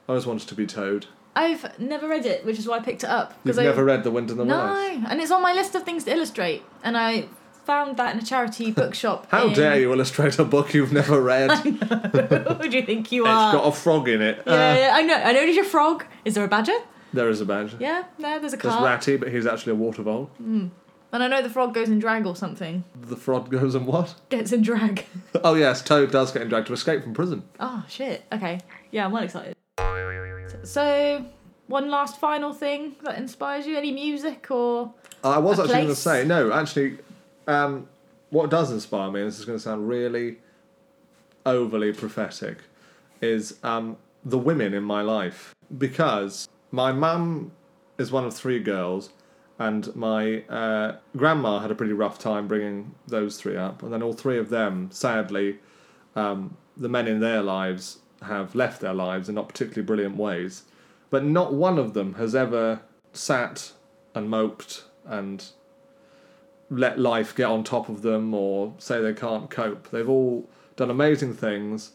S2: I always wanted to be Toad.
S1: I've never read it, which is why I picked it up.
S2: You've
S1: I,
S2: never read The Wind and the Willows?
S1: No, and it's on my list of things to illustrate, and I found that in a charity bookshop.
S2: How
S1: in...
S2: dare you illustrate a book you've never read?
S1: Who do you think you
S2: It's
S1: are?
S2: got a frog in it.
S1: yeah,
S2: Uh,
S1: yeah, I know. I know. Is your frog? Is there a badger?
S2: There is a badger.
S1: Yeah, no, there's a
S2: There's
S1: car.
S2: Ratty, but he's actually a water vole.
S1: And I know the frog goes in drag or something.
S2: The fraud goes and what?
S1: Gets in drag.
S2: Oh yes, Toad does get in drag to escape from prison.
S1: oh shit. Okay. Yeah, I'm well excited. So, one last final thing that inspires you? Any music or?
S2: I was
S1: A
S2: actually going to
S1: place?
S2: say no. Actually, um, what does inspire me, and this is going to sound really overly prophetic, is um, the women in my life because my mum is one of three girls, and my uh, grandma had a pretty rough time bringing those three up, and then all three of them, sadly, um, the men in their lives have left their lives in not particularly brilliant ways, but not one of them has ever sat and moped and let life get on top of them or say they can't cope. They've all done amazing things.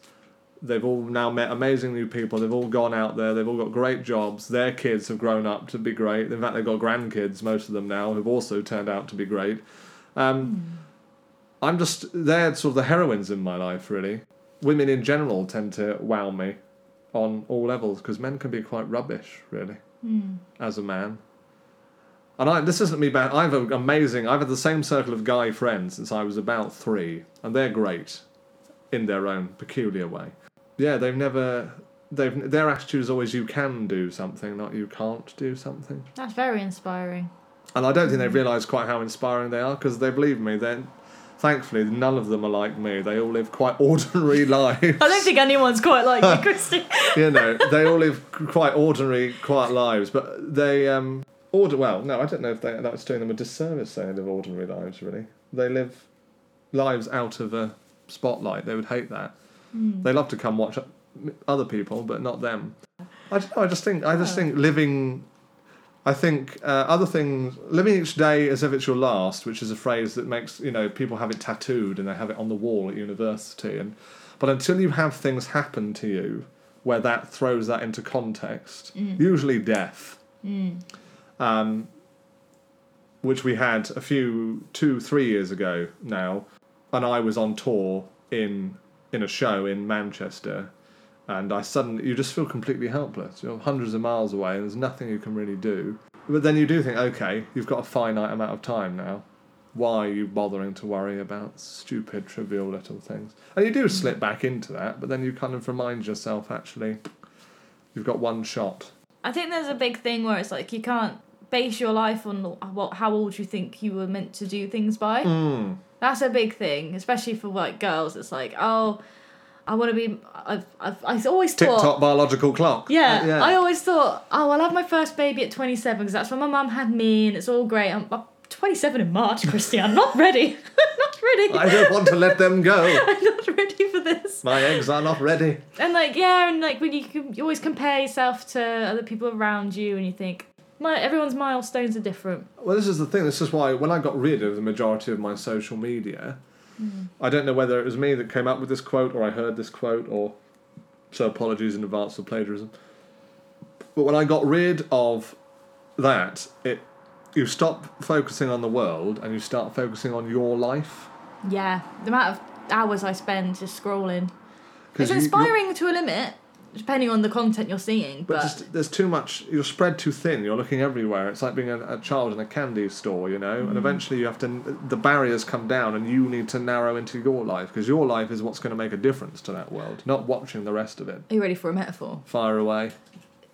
S2: They've all now met amazing new people. They've all gone out there. They've all got great jobs. Their kids have grown up to be great. In fact, they've got grandkids, most of them now, who've also turned out to be great. Um, I'm just, they're sort of the heroines in my life, really. Women in general tend to wow me on all levels because men can be quite rubbish, really, as a man. And I, this isn't me bad. I've an amazing. I've had the same circle of guy friends since I was about three, and they're great, in their own peculiar way. Yeah, they've never. They've their attitude is always you can do something, not you can't do something.
S1: That's very inspiring.
S2: And I don't think they realise quite how inspiring they are because they believe me. They, thankfully, none of them are like me. They all live quite ordinary lives.
S1: I don't think anyone's quite like you, Christy.
S2: you know, they all live quite ordinary, quiet lives, but they um order well. No, I don't know if they, that was doing them a disservice. saying They live ordinary lives, really. They live lives out of a spotlight. They would hate that. They love to come watch other people, but not them. I don't know. I just think. I just
S1: Oh.
S2: think living. I think uh, other things. Living each day as if it's your last, which is a phrase that makes you know people have it tattooed and they have it on the wall at university. And but until you have things happen to you where that throws that into context, usually death, um, which we had a few two three years ago now, and I was on tour in in a show in Manchester, and I suddenly you just feel completely helpless. You're hundreds of miles away, and there's nothing you can really do. But then you do think, okay, you've got a finite amount of time now. why are you bothering to worry about stupid, trivial little things? And you do slip back into that, but then you kind of remind yourself actually, you've got one shot.
S1: I think there's a big thing where it's like you can't base your life on what how old you think you were meant to do things by.
S2: Mm.
S1: That's a big thing, especially for like girls. It's like, oh, I want to be. I've, I've, I always
S2: Tick
S1: thought.
S2: tock biological clock.
S1: Yeah,
S2: Uh,
S1: I always thought, oh, I'll have my first baby at 27 because that's when my mum had me and it's all great. I'm, I'm 27 in March, Christy. I'm not ready. not ready.
S2: I don't want to let them go.
S1: I'm not ready for this.
S2: My eggs are not ready.
S1: And like, yeah, and like when you, com- you always compare yourself to other people around you and you think, my everyone's milestones are different.
S2: Well, this is the thing. This is why when I got rid of the majority of my social media, I don't know whether it was me that came up with this quote or I heard this quote or. So apologies in advance for plagiarism. But when I got rid of that, it you stop focusing on the world and you start focusing on your life.
S1: Yeah, the amount of hours I spend just scrolling. It's
S2: 'Cause you- you-
S1: inspiring to a limit, depending on the content you're seeing. But,
S2: But just, there's too much. You're spread too thin. You're looking everywhere. It's like being a, a child in a candy store, you know.
S1: Mm-hmm.
S2: And eventually, you have to. The barriers come down, and you need to narrow into your life because your life is what's going to make a difference to that world, not watching the rest of it.
S1: are you ready for a metaphor?
S2: Fire away.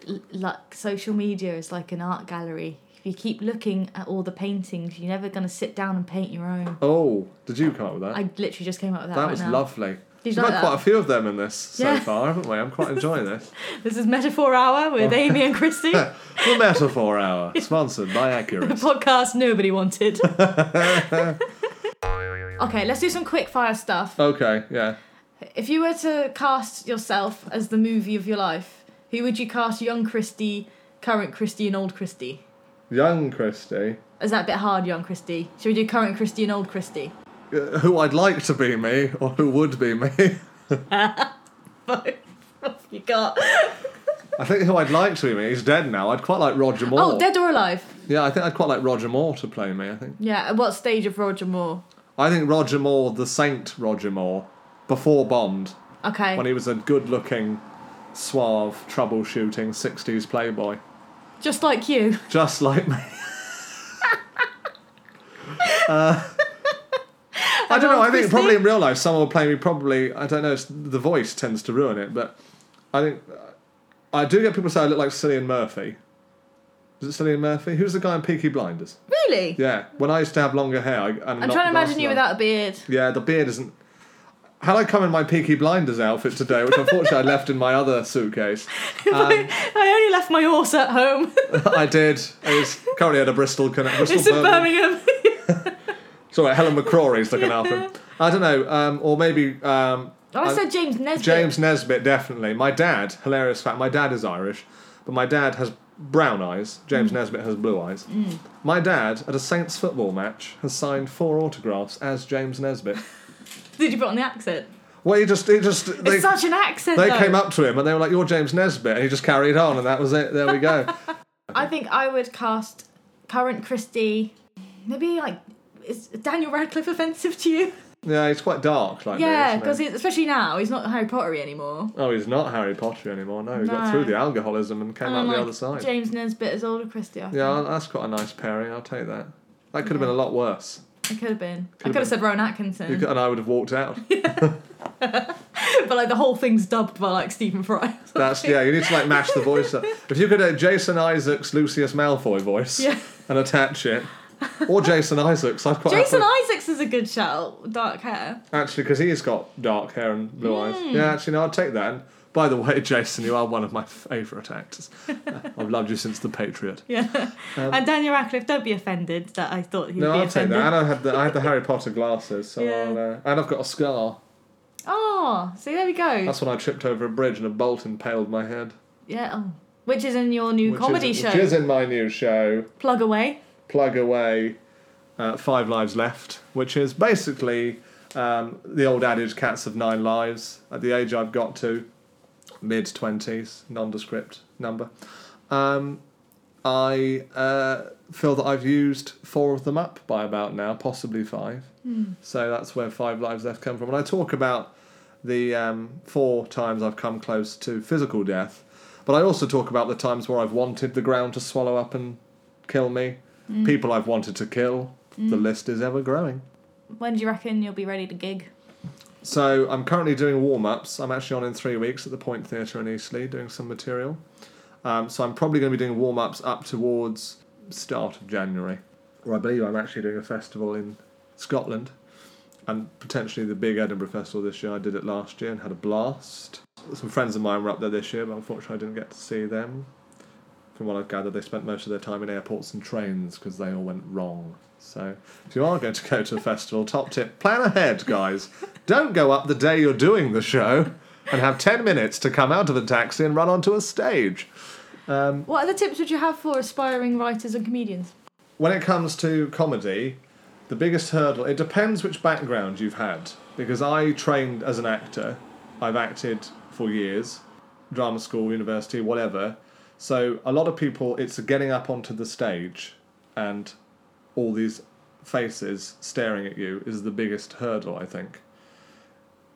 S1: l- like social media is like an art gallery. If you keep looking at all the paintings, you're never gonna sit down and paint your own.
S2: Oh, did you come up with that?
S1: I literally just came up with that.
S2: that
S1: right
S2: was
S1: now.
S2: lovely.
S1: you
S2: We've
S1: like
S2: had
S1: that?
S2: quite a few of them in this
S1: Yeah.
S2: so far, haven't we? I'm quite enjoying this.
S1: This is Metaphor Hour
S2: Oh.
S1: with Amy and Christy, the
S2: The Metaphor Hour, sponsored by Accurate.
S1: podcast nobody wanted. okay, let's do some quick fire stuff.
S2: Okay, yeah.
S1: If you were to cast yourself as the movie of your life, who would you cast? Young Christy, current Christy, and old Christy.
S2: Young Christie.
S1: Is that a bit hard, young Christy? Should we do current Christy and old Christy?
S2: Uh, who I'd like to be me, or who would be me.
S1: Both. What have you got?
S2: I think who I'd like to be me. He's dead now. I'd quite like Roger Moore.
S1: Oh, dead or alive?
S2: Yeah, I think I'd quite like Roger Moore to play me. I think.
S1: Yeah, at what stage of Roger Moore?
S2: I think Roger Moore, the Saint Roger Moore, before Bond,
S1: Okay.
S2: when he was a good-looking, suave, troubleshooting '60s playboy,
S1: Just like you.
S2: just like me. uh, I don't know. I think probably in real life, someone would play me. Probably, I don't know. it's- The voice tends to ruin it, but I think I do get people say I look like Cillian Murphy. Is it Cillian Murphy? Who's the guy in Peaky Blinders?
S1: Really?
S2: Yeah, when I used to have longer hair, I, and
S1: I'm trying to imagine you without a beard.
S2: Yeah, the beard isn't. Had I come in my Peaky Blinders outfit today, which unfortunately I left in my other suitcase, um,
S1: I only left my horse at home.
S2: I did. I was currently at a Bristol kind of Bristol
S1: it's in Birmingham.
S2: Sorry, Helen McCrory's looking after him. I don't know, um, or maybe um,
S1: Oh, I
S2: I-
S1: said James Nesbitt.
S2: James Nesbitt, definitely. My dad, hilarious fact, my dad is Irish, but my dad has brown eyes. James Nesbitt has blue eyes. My dad, at a Saints football match, has signed four autographs as James Nesbitt.
S1: Did you put on the accent?
S2: Well, he just, he just, they,
S1: it's such an accent.
S2: they
S1: though.
S2: came up to him and they were like, "You're James Nesbitt," and he just carried on, and that was it. There we go.
S1: I think I would cast current Christie. Maybe like is Daniel Radcliffe offensive to you?
S2: yeah, he's quite dark, like
S1: Yeah,
S2: because
S1: because especially now he's not Harry Pottery anymore.
S2: oh, he's not Harry Potter anymore. No, Oh he
S1: No.
S2: got through the alcoholism and came
S1: And
S2: out
S1: I'm
S2: the
S1: like,
S2: other side.
S1: James Nesbitt is older Christie. I think.
S2: Yeah, that's quite a nice pairing. I'll take that. That could have been a lot worse,
S1: it could have been. I
S2: have
S1: could have said Rowan Atkinson.
S2: You could- and I would have walked out.
S1: but like the whole thing's dubbed by like Stephen Fry.
S2: That's yeah. You need to like match the voice up. If you could uh, Jason Isaacs Lucius Malfoy voice
S1: Yeah.
S2: and attach it, or Jason Isaacs, I've quite
S1: Jason Isaacs is a good shout. Dark hair.
S2: Actually, because he's got dark hair and blue
S1: Hmm.
S2: eyes. Yeah, actually, no, I'll take that. And by the way, Jason, you are one of my favourite actors. I've loved you since The Patriot.
S1: Yeah. and Daniel Radcliffe, don't be offended that I thought he'd
S2: Um, No,
S1: be
S2: I'll take
S1: offended.
S2: that. And I had the, I had the Harry Potter glasses, so
S1: Yeah.
S2: I'll, uh, and I've got a scar.
S1: Oh, see there we go.
S2: That's when I tripped over a bridge and a bolt impaled my head.
S1: yeah. oh. Which is in your new
S2: Which
S1: comedy
S2: is,
S1: show.
S2: Which is in my new show,
S1: Plug away.
S2: Plug Away, uh, Five Lives Left, which is basically um, the old adage, cats of nine lives. At the age I've got to, mid 20s, nondescript number. Um, I uh, feel that I've used four of them up by about now, possibly five. So that's where Five Lives Left come from. And I talk about the um, four times I've come close to physical death, but I also talk about the times where I've wanted the ground to swallow up and kill me, people I've wanted to kill, The list is ever growing.
S1: When do you reckon you'll be ready to gig?
S2: So I'm currently doing warm ups. I'm actually on in three weeks at the Point Theatre in Eastleigh doing some material. Um, so I'm probably going to be doing warm ups up towards start of January, or I believe I'm actually doing a festival in Scotland, and potentially the big Edinburgh festival this year. I did it last year and had a blast. Some friends of mine were up there this year, but unfortunately I didn't get to see them. From what I've gathered, they spent most of their time in airports and trains because they all went wrong. So, if you are going to go to a festival, top tip plan ahead, guys. Don't go up the day you're doing the show and have 10 minutes to come out of a taxi and run onto a stage.
S1: What other tips would you have for aspiring writers and comedians?
S2: when it comes to comedy, the biggest hurdle it depends which background you've had. Because I trained as an actor, I've acted for years, drama school, university, whatever. So a lot of people, it's getting up onto the stage, and all these faces staring at you is the biggest hurdle, I think.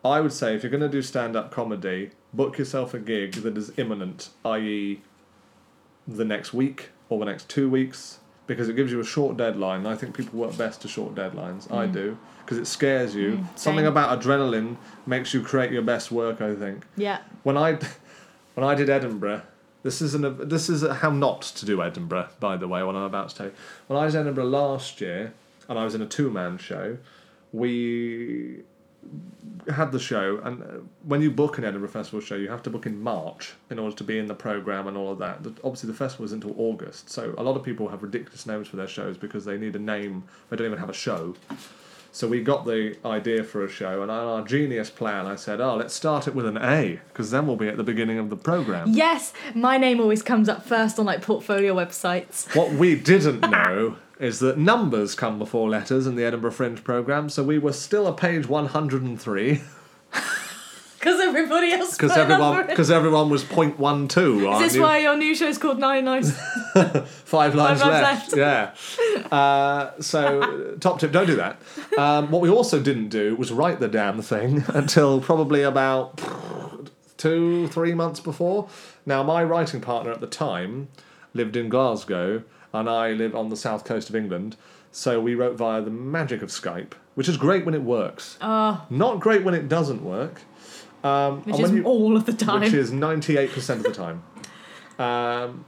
S2: I would say if you're going to do stand-up comedy, book yourself a gig that is imminent, i.e., the next week or the next two weeks because it gives you a short deadline. I think people work best to short deadlines. I do because it scares you. Something
S1: same.
S2: about adrenaline makes you create your best work. I think
S1: Yeah.
S2: when I when I did Edinburgh, this isn't a, this is how not to do Edinburgh. By the way, what I'm about to tell you. When I was in Edinburgh last year, and I was in a two man show, we had the show, and uh, when you book an Edinburgh Festival show, you have to book in March in order to be in the program and all of that. The- Obviously, the festival is until August, so a lot of people have ridiculous names for their shows because they need a name. They don't even have a show. So we got the idea for a show, and on our genius plan, I said, "Oh, let's start it with an A, because then we'll be at the beginning of the program."
S1: Yes, my name always comes up first on like portfolio websites.
S2: what we didn't know is that numbers come before letters in the Edinburgh Fringe program, so we were still at page one hundred and three
S1: Because everybody else
S2: because
S1: put a number
S2: everyone
S1: in.
S2: because everyone was point one two.
S1: Is this why your new show's called Nine Nights?
S2: Five lines
S1: Five
S2: left.
S1: lines
S2: Yeah. Uh, so, top tip: don't do that. Um, what we also didn't do was write the damn thing until probably about two, three months before. Now, my writing partner at the time lived in Glasgow, and I live on the south coast of England. So we wrote via the magic of Skype, which is great when it works. Not great when it doesn't work. Um,
S1: Ah. Which
S2: and when
S1: is
S2: you-
S1: all of the time.
S2: which is 98% of the time. um,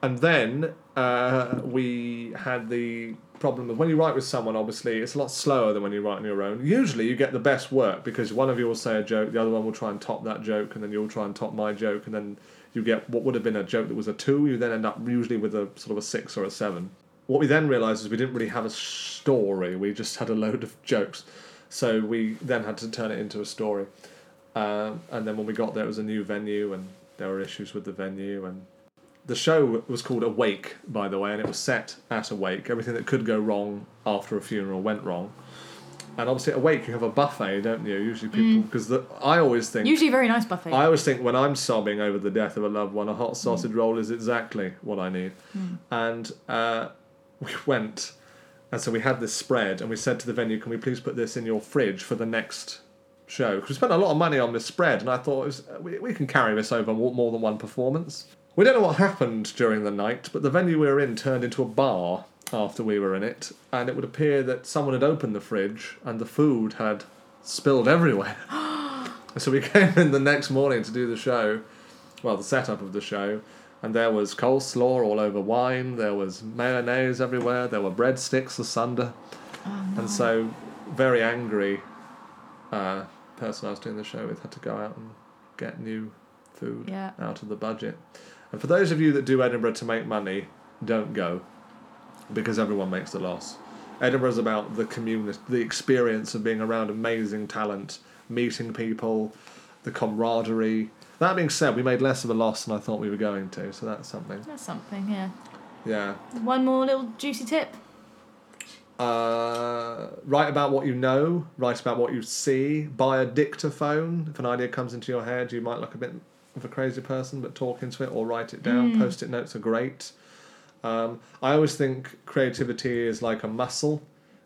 S2: and then uh, we had the problem of when you write with someone, obviously, it's a lot slower than when you write on your own. Usually, you get the best work because one of you will say a joke, the other one will try and top that joke, and then you'll try and top my joke, and then you get what would have been a joke that was a two, you then end up usually with a sort of a six or a seven. What we then realised is we didn't really have a story, we just had a load of jokes. So we then had to turn it into a story. Um, and then when we got there, it was a new venue, and there were issues with the venue. And the show was called Awake, by the way, and it was set at Awake. Everything that could go wrong after a funeral went wrong. And obviously, at Awake, you have a buffet, don't you? Usually, people because I always think
S1: Usually a very nice buffet.
S2: I always think when I'm sobbing over the death of a loved one, a hot sausage roll is exactly what I need. And uh, we went, and so we had this spread, and we said to the venue, "Can we please put this in your fridge for the next show?" Because we spent a lot of money on this spread, and I thought it was, uh, we, we can carry this over more more than one performance. We don't know what happened during the night, but the venue we were in turned into a bar after we were in it, and it would appear that someone had opened the fridge and the food had spilled everywhere. So we came in the next morning to do the show, well, the setup of the show, and there was coleslaw all over wine, there was mayonnaise everywhere, there were breadsticks asunder. And so, very angry uh, person I was doing the show with had to go out and get new food
S1: Yeah.
S2: out of the budget. And for those of you that do Edinburgh to make money, don't go because everyone makes the loss. Edinburgh's about the community, the experience of being around amazing talent, meeting people, the camaraderie. That being said, we made less of a loss than I thought we were going to, so that's something.
S1: That's something, yeah.
S2: Yeah.
S1: One more little juicy tip.
S2: Uh, write about what you know, write about what you see, buy a dictaphone. If an idea comes into your head, you might look a bit of a crazy person, but talk into it or write it down. Post it notes are great. Um, I always think creativity is like a muscle.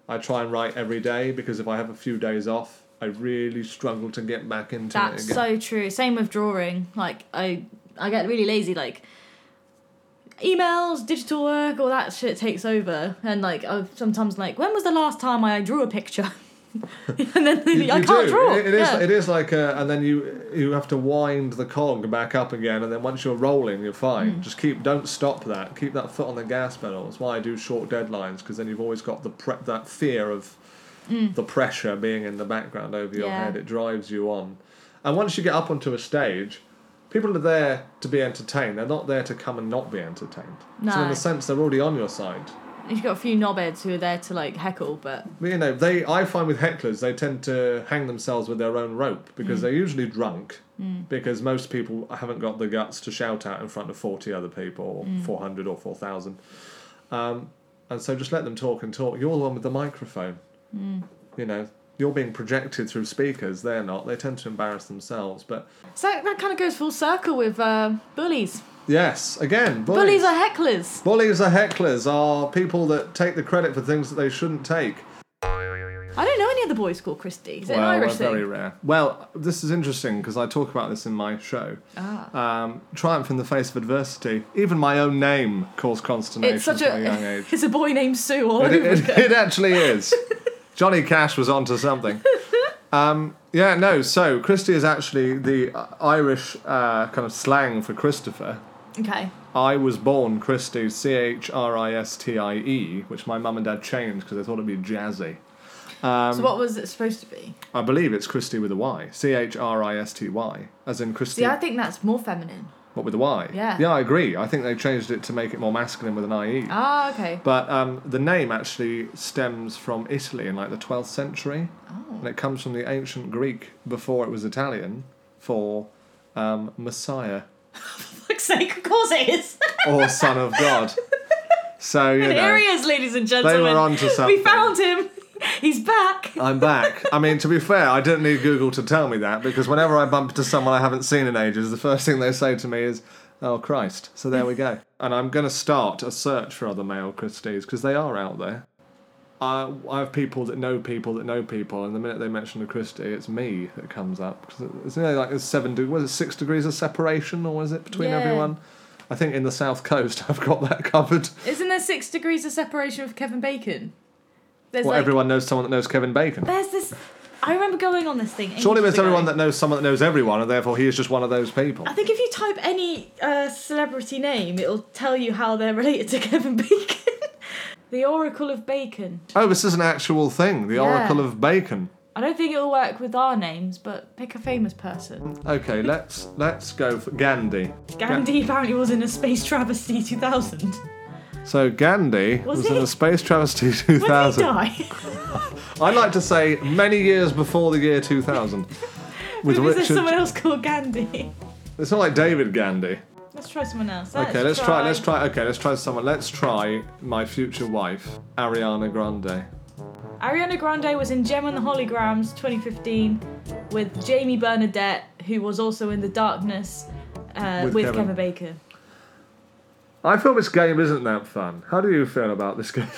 S2: I try and write every day because if I have a few days off, I really struggle to get back into
S1: That's
S2: it again.
S1: so true. Same with drawing. Like I I get really lazy like emails, digital work, all that shit takes over. And like, I sometimes like, when was the last time I drew a picture? and then
S2: You-
S1: I
S2: you
S1: can't
S2: do.
S1: draw.
S2: It- it is.
S1: Yeah.
S2: It is like, a, and then you you have to wind the cog back up again, and then once you're rolling, you're fine.
S1: Hmm.
S2: Just keep, don't stop that. Keep that foot on the gas pedal. That's why I do short deadlines because then you've always got the pre- that fear of the pressure being in the background over your
S1: Hmm. Yeah.
S2: head. It drives you on, and once you get up onto a stage. People are there to be entertained. They're not there to come and not be entertained. So in
S1: No.
S2: a sense, they're already on your side.
S1: You've got a few knobheads who are there to like heckle, but
S2: you know they i find with hecklers they tend to hang themselves with their own rope
S1: Mm.
S2: because they're usually drunk because most people haven't got the guts to shout out in front of 40 other people or
S1: Mm.
S2: 400 or 4000 um, and so just let them talk and talk you're the one with the microphone
S1: Mm.
S2: you know you're being projected through speakers they're not they tend to embarrass themselves but
S1: so that, that kind of goes full circle with uh, bullies.
S2: yes again
S1: Bullies are hecklers.
S2: bullies are hecklers are people that take the credit for things that they shouldn't take
S1: I don't know any other boys called Christie. Is it
S2: well,
S1: an Irish
S2: we're
S1: thing?
S2: very rare. Well, this is interesting because I talk about this in my show.
S1: Ah.
S2: Um, Triumph in the face of adversity. Even my own name caused consternation
S1: It's such
S2: from a, young
S1: a.
S2: age.
S1: It's a boy named Sue all over
S2: it, it-
S1: again.
S2: it actually is. Johnny Cash was onto something. Um, yeah, no. So Christie is actually the uh, Irish uh, kind of slang for Christopher.
S1: Okay.
S2: I was born Christie, C H R I S T I E, which my mum and dad changed because they thought it'd be jazzy. Um,
S1: so what was it supposed to be?
S2: I believe it's Christie with a Y. C H R I S T Y. As in Christie,
S1: See, I think that's more feminine.
S2: what with a Y?
S1: Yeah.
S2: Yeah, I agree. I think they changed it to make it more masculine with an IE.
S1: Ah, okay.
S2: But um, the name actually stems from Italy in like the 12th century. And
S1: Oh.
S2: it comes from the ancient Greek before it was Italian for um, Messiah
S1: For fuck's sake, of course it is.
S2: or Son of God. So, you
S1: Here he
S2: know,
S1: is, ladies and
S2: they
S1: gentlemen.
S2: were onto something.
S1: We found him. He's back.
S2: I'm back. I mean, to be fair, I don't need Google to tell me that because whenever I bump into someone I haven't seen in ages, the first thing they say to me is, "Oh Christ!" So there we go. And I'm going to start a search for other male Christies because they are out there. I, I have people that know people that know people, and the minute they mention a Christie, it's me that comes up. 'Cause it's nearly like there's seven. De- was it six degrees of separation, or is it between
S1: Yeah.
S2: everyone? I think in the south coast, I've got that covered.
S1: Isn't there six degrees of separation with Kevin Bacon? There's
S2: Well,
S1: like,
S2: everyone knows someone that knows Kevin Bacon.
S1: There's this. I remember going on this thing.
S2: Surely
S1: ages
S2: there's everyone
S1: ago.
S2: that knows someone that knows everyone, and therefore he is just one of those people.
S1: I think if you type any uh, celebrity name, it'll tell you how they're related to Kevin Bacon. the Oracle of Bacon.
S2: Oh, this is an actual thing. The
S1: Yeah.
S2: Oracle of Bacon.
S1: I don't think it'll work with our names, but pick a famous person.
S2: Okay, let's let's go for Gandhi.
S1: Gandhi apparently was in a space travesty 2000.
S2: So Gandhi was,
S1: Was
S2: in
S1: he?
S2: a space travesty
S1: When did he
S2: 2000.
S1: die?
S2: I like to say many years before the year 2000. With
S1: Maybe there's
S2: Richard,
S1: someone else called Gandhi.
S2: it's not like David Gandhi.
S1: Let's try someone else.
S2: Okay, let's try. Let's try. Okay, let's try someone. Let's try my future wife, Ariana Grande.
S1: Ariana Grande was in Gem and the Holograms 2015 with Jamie Bernadette, who was also in The Darkness uh,
S2: With
S1: with,
S2: Kevin.
S1: Kevin. Baker.
S2: I feel this game isn't that fun. How do you feel about this game?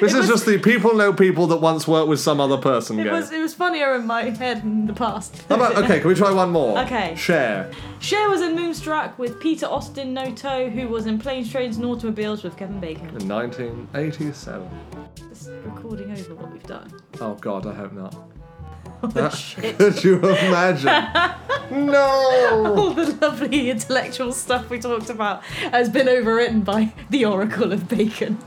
S2: this is
S1: was-
S2: just the people know people that once worked with some other person
S1: It
S2: game.
S1: was it was funnier in my head in the past.
S2: How about okay? Can we try one more?
S1: Okay.
S2: Share.
S1: Cher was in Moonstruck with Peter Austin Noto, who was in Planes, Trains, and Automobiles with Kevin Baker.
S2: In 1987.
S1: This is recording over what we've done.
S2: Oh God, I hope not.
S1: Oh, shit.
S2: Could you imagine? no.
S1: All the lovely intellectual stuff we talked about has been overwritten by the Oracle of Bacon.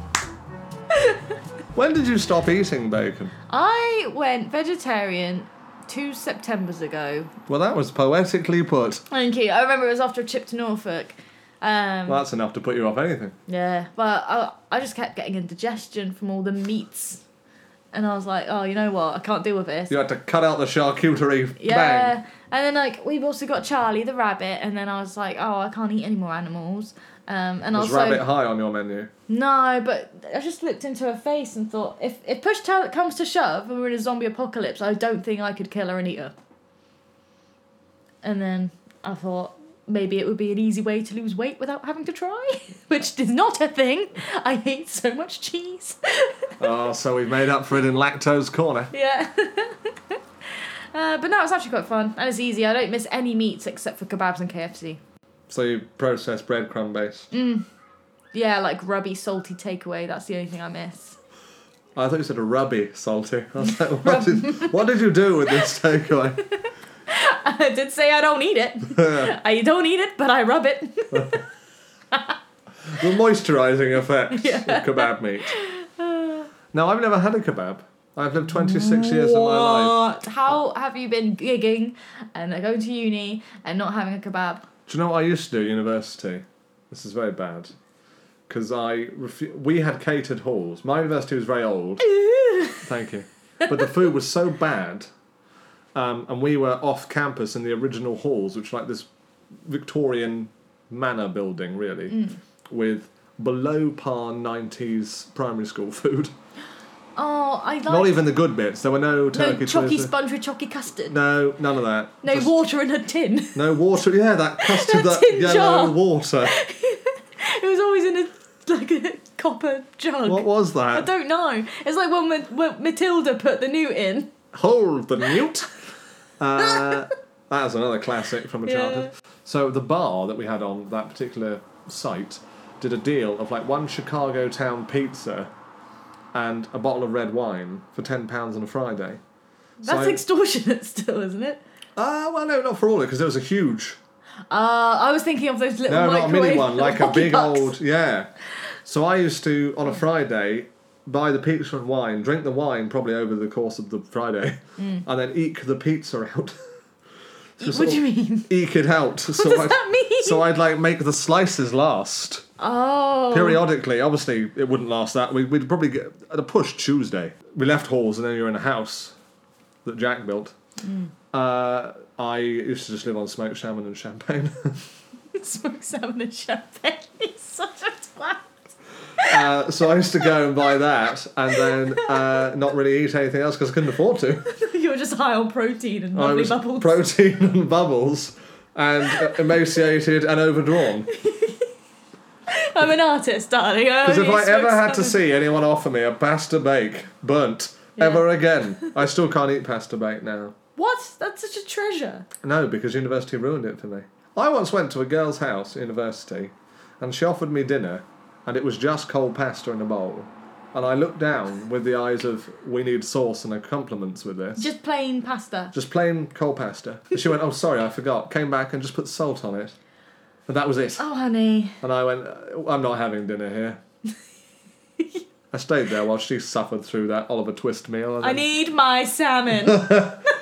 S2: When did you stop eating bacon?
S1: I went vegetarian two Septembers ago.
S2: Well, that was poetically put.
S1: Thank you. I remember it was after a trip to Norfolk. Um,
S2: Well, that's enough to put you off anything.
S1: yeah, but I, I just kept getting indigestion from all the meats. And I was like, oh, you know what? I can't deal with this.
S2: You had to cut out the charcuterie.
S1: Yeah.
S2: Bang.
S1: And then like we've also got Charlie the rabbit, and then I was like, oh, I can't eat any more animals. Um, and
S2: Was
S1: also
S2: rabbit high on your menu?
S1: no, but I just looked into her face and thought, if if push to- comes to shove and we're in a zombie apocalypse, I don't think I could kill her and eat her. And then I thought maybe it would be an easy way to lose weight without having to try, which is not a thing. I eat so much cheese.
S2: oh, so we've made up for it in lactose corner.
S1: Yeah. uh, but no, it's actually quite fun and it's easy. I don't miss any meats except for kebabs and KFC.
S2: So you process breadcrumb base.
S1: Yeah, like rubby, salty takeaway. That's the only thing I miss.
S2: I thought you said a rubby salty. I was like, what did, what did you do with this takeaway?
S1: I did say I don't eat it. I don't eat it, but I rub it.
S2: The moisturising effect
S1: Yeah.
S2: of kebab meat. Now, I've never had a kebab. I've lived 26 years of my life.
S1: What? How have you been gigging and like, going to uni and not having a kebab?
S2: Do you know what I used to do at university? This is very bad. Because I refu- we had catered halls. My university was very old. Thank you. But the food was so bad, um, and we were off campus in the original halls, which were like this Victorian manor building, really,
S1: Mm.
S2: with below par 90s primary school food.
S1: Oh, I like
S2: Not even the good bits. There were no
S1: no
S2: turkey
S1: chalky
S2: twizzlers.
S1: sponge with chalky custard. No,
S2: No, none of that. Just-
S1: water in a tin. it
S2: No water. Yeah, that custard, that
S1: tin
S2: yellow
S1: jar.
S2: water.
S1: was always in a like a copper jug.
S2: What was that?
S1: I don't know. It's like when, Ma- when Matilda put the newt in.
S2: Hold the newt. Uh, that was another classic from a
S1: Yeah.
S2: childhood. So the bar that we had on that particular site did a deal of like one Chicago town pizza and a bottle of red wine for ten pounds on a Friday. So
S1: That's
S2: I-
S1: extortionate, still, isn't it?
S2: Ah, well, no, not for all of it because there was a huge.
S1: Uh, I was thinking of those little
S2: No, not a
S1: microwave
S2: mini one, like a
S1: hockey
S2: big
S1: pucks.
S2: old. Yeah. So I used to on a Friday buy the pizza and wine, drink the wine probably over the course of the Friday,
S1: Mm.
S2: and then eke the pizza out. So
S1: What
S2: sort
S1: do E, you
S2: of-
S1: mean?
S2: eke it out. E So
S1: What does
S2: I'd,
S1: that mean?
S2: So I'd like make the slices last
S1: Oh.
S2: periodically. Obviously, it wouldn't last that. We, we'd probably get at a push Tuesday. We left halls, and then you were in a house that Jack built.
S1: Hmm.
S2: Uh, I used to just live on smoked salmon and champagne.
S1: Oh, Smoked salmon and champagne. He's such a twat.
S2: uh, so I used to go and buy that, and then uh, not really eat anything else because I couldn't afford to.
S1: You're just high on protein and
S2: I
S1: lovely
S2: was
S1: bubbles.
S2: protein and bubbles, and uh, emaciated and overdrawn.
S1: I'm an artist, darling.
S2: Because if I ever had to see anyone offer me a pasta bake burnt
S1: Yeah.
S2: ever again, I still can't eat pasta bake now.
S1: What? That's such a treasure.
S2: No, because university ruined it for me. I once went to a girl's house at university and she offered me dinner and it was just cold pasta in a bowl. And I looked down with the eyes of, we need sauce and accompaniments with this.
S1: Just plain pasta.
S2: Just plain cold pasta. And she went, oh, sorry, I forgot. Came back and just put salt on it. And that was it.
S1: Oh, honey.
S2: And I went, "Uh, I'm not having dinner here. I stayed there while she suffered through that Oliver Twist meal. and
S1: I
S2: then-
S1: need my salmon.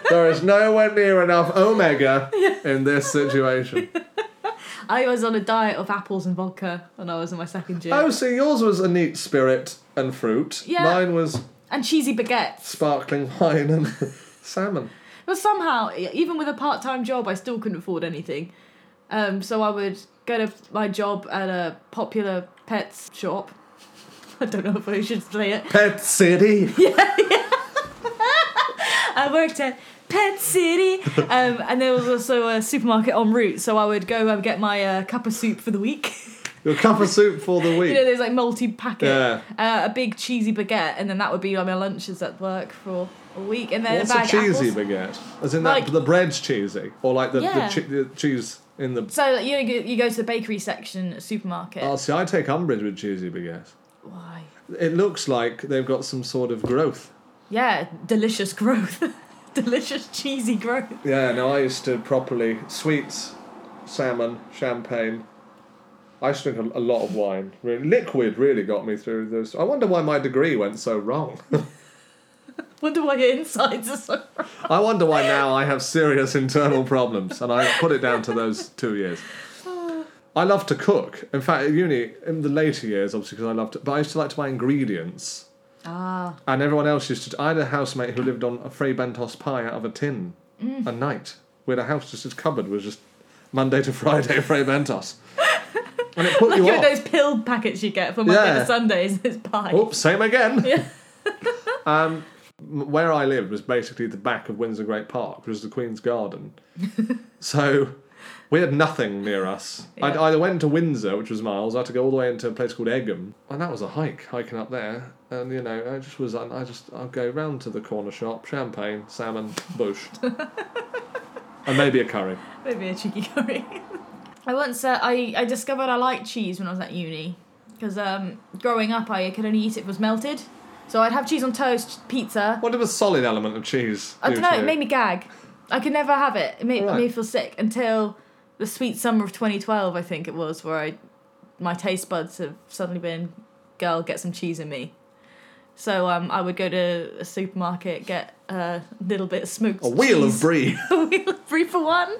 S2: there is nowhere near enough omega in this situation.
S1: I was on a diet of apples and vodka when I was in my second year.
S2: Oh, so yours was a neat spirit and fruit.
S1: Yeah.
S2: Mine was
S1: And cheesy baguettes.
S2: sparkling wine and salmon.
S1: But somehow, e- even with a part time job, I still couldn't afford anything. Um, so I would go to my job at a popular pets shop. I don't know if I should say it.
S2: Pet City.
S1: I worked at Pet City, um, and there was also a supermarket en route. So I would go and get my uh, cup of soup for the week.
S2: Your cup of soup for the
S1: you know,
S2: week.
S1: there's like multi packet,
S2: Yeah.
S1: uh, a big cheesy baguette, and then that would be like my lunches at work for a week, and then
S2: What's
S1: a
S2: a
S1: bag of
S2: cheesy
S1: apples.
S2: baguette? As in that
S1: Like-
S2: the bread's cheesy, or like the,
S1: Yeah.
S2: the, che- the cheese in the.
S1: So like, you know, you you go to the bakery section at supermarket.
S2: Oh, see, I take umbrage with cheesy baguette.
S1: Why?
S2: It looks like they've got some sort of growth.
S1: Yeah, delicious growth. delicious cheesy growth.
S2: Yeah, no, I used to properly sweets, salmon, champagne. I used to drink a, a lot of wine. Really, liquid really got me through this. I wonder why my degree went so wrong.
S1: Wonder why your insides are so.
S2: I wonder why now I have serious internal problems, and I put it down to those two years. I love to cook. In fact, at uni, in the later years, obviously, because I loved it, but I used to like to buy ingredients.
S1: Ah,
S2: And everyone else used to. I had a housemate who lived on a Frey Bentos pie out of a tin a night. We had a house just, his cupboard was just Monday to Friday Frey Bentos. And it put
S1: like
S2: you
S1: you know
S2: off.
S1: those pill packets you get for Monday
S2: Yeah.
S1: to Sundays. It's pie.
S2: Oops, same again.
S1: Yeah.
S2: um, m- where I lived was basically the back of Windsor Great Park, which was the Queen's Garden. so we had nothing near us. I
S1: Yeah.
S2: either went to Windsor, which was miles, I had to go all the way into a place called Egham, and that was a hike, hiking up there. And you know, I just was, I just, I'd go round to the corner shop, champagne, salmon, bush, and maybe a curry.
S1: Maybe a cheeky curry. I once uh, I I discovered I liked cheese when I was at uni because um, growing up I could only eat it if it was melted, so I'd have cheese on toast, pizza.
S2: What did a solid element of cheese?
S1: I
S2: do
S1: don't know.
S2: to
S1: It
S2: you?
S1: made me gag. I could never have it. It made,
S2: Right.
S1: made me feel sick until the sweet summer of 2012. I think it was where I my taste buds have suddenly been, girl, get some cheese in me. So um, I would go to a supermarket get a little bit of smoked
S2: a wheel
S1: cheese.
S2: of brie.
S1: a wheel of brie for one.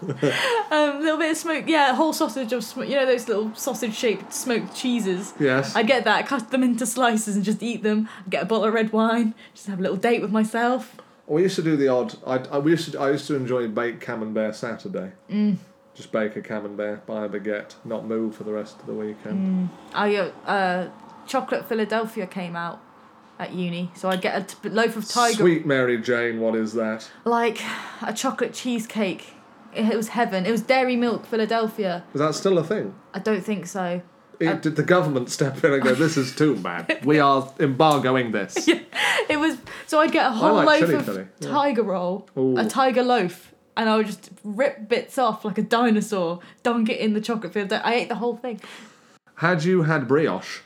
S1: um, a little bit of smoked, yeah, a whole sausage of sm- you know those little sausage shaped smoked cheeses.
S2: yes.
S1: I'd get that, cut them into slices and just eat them. I'd get a bottle of red wine, just have a little date with myself.
S2: We used to do the odd. I, I we used to. I used to enjoy bake camembert Saturday.
S1: Mm.
S2: Just bake a camembert, buy a baguette, not move for the rest of the weekend.
S1: I uh, uh, chocolate Philadelphia came out at uni, so I'd get a t- loaf of tiger,
S2: Sweet Mary Jane, what is that?
S1: like a chocolate cheesecake. It, it was heaven. It was dairy milk Philadelphia.
S2: Is that still a thing?
S1: I don't think so.
S2: It- did the government step in and go, "This is too bad. We are embargoing this."
S1: It was so I'd get a whole
S2: like
S1: loaf
S2: chili
S1: of
S2: filly, yeah.
S1: tiger roll,
S2: Ooh.
S1: a tiger loaf, and I would just rip bits off like a dinosaur, dunk it in the chocolate field. I ate the whole thing.
S2: Had you had brioche,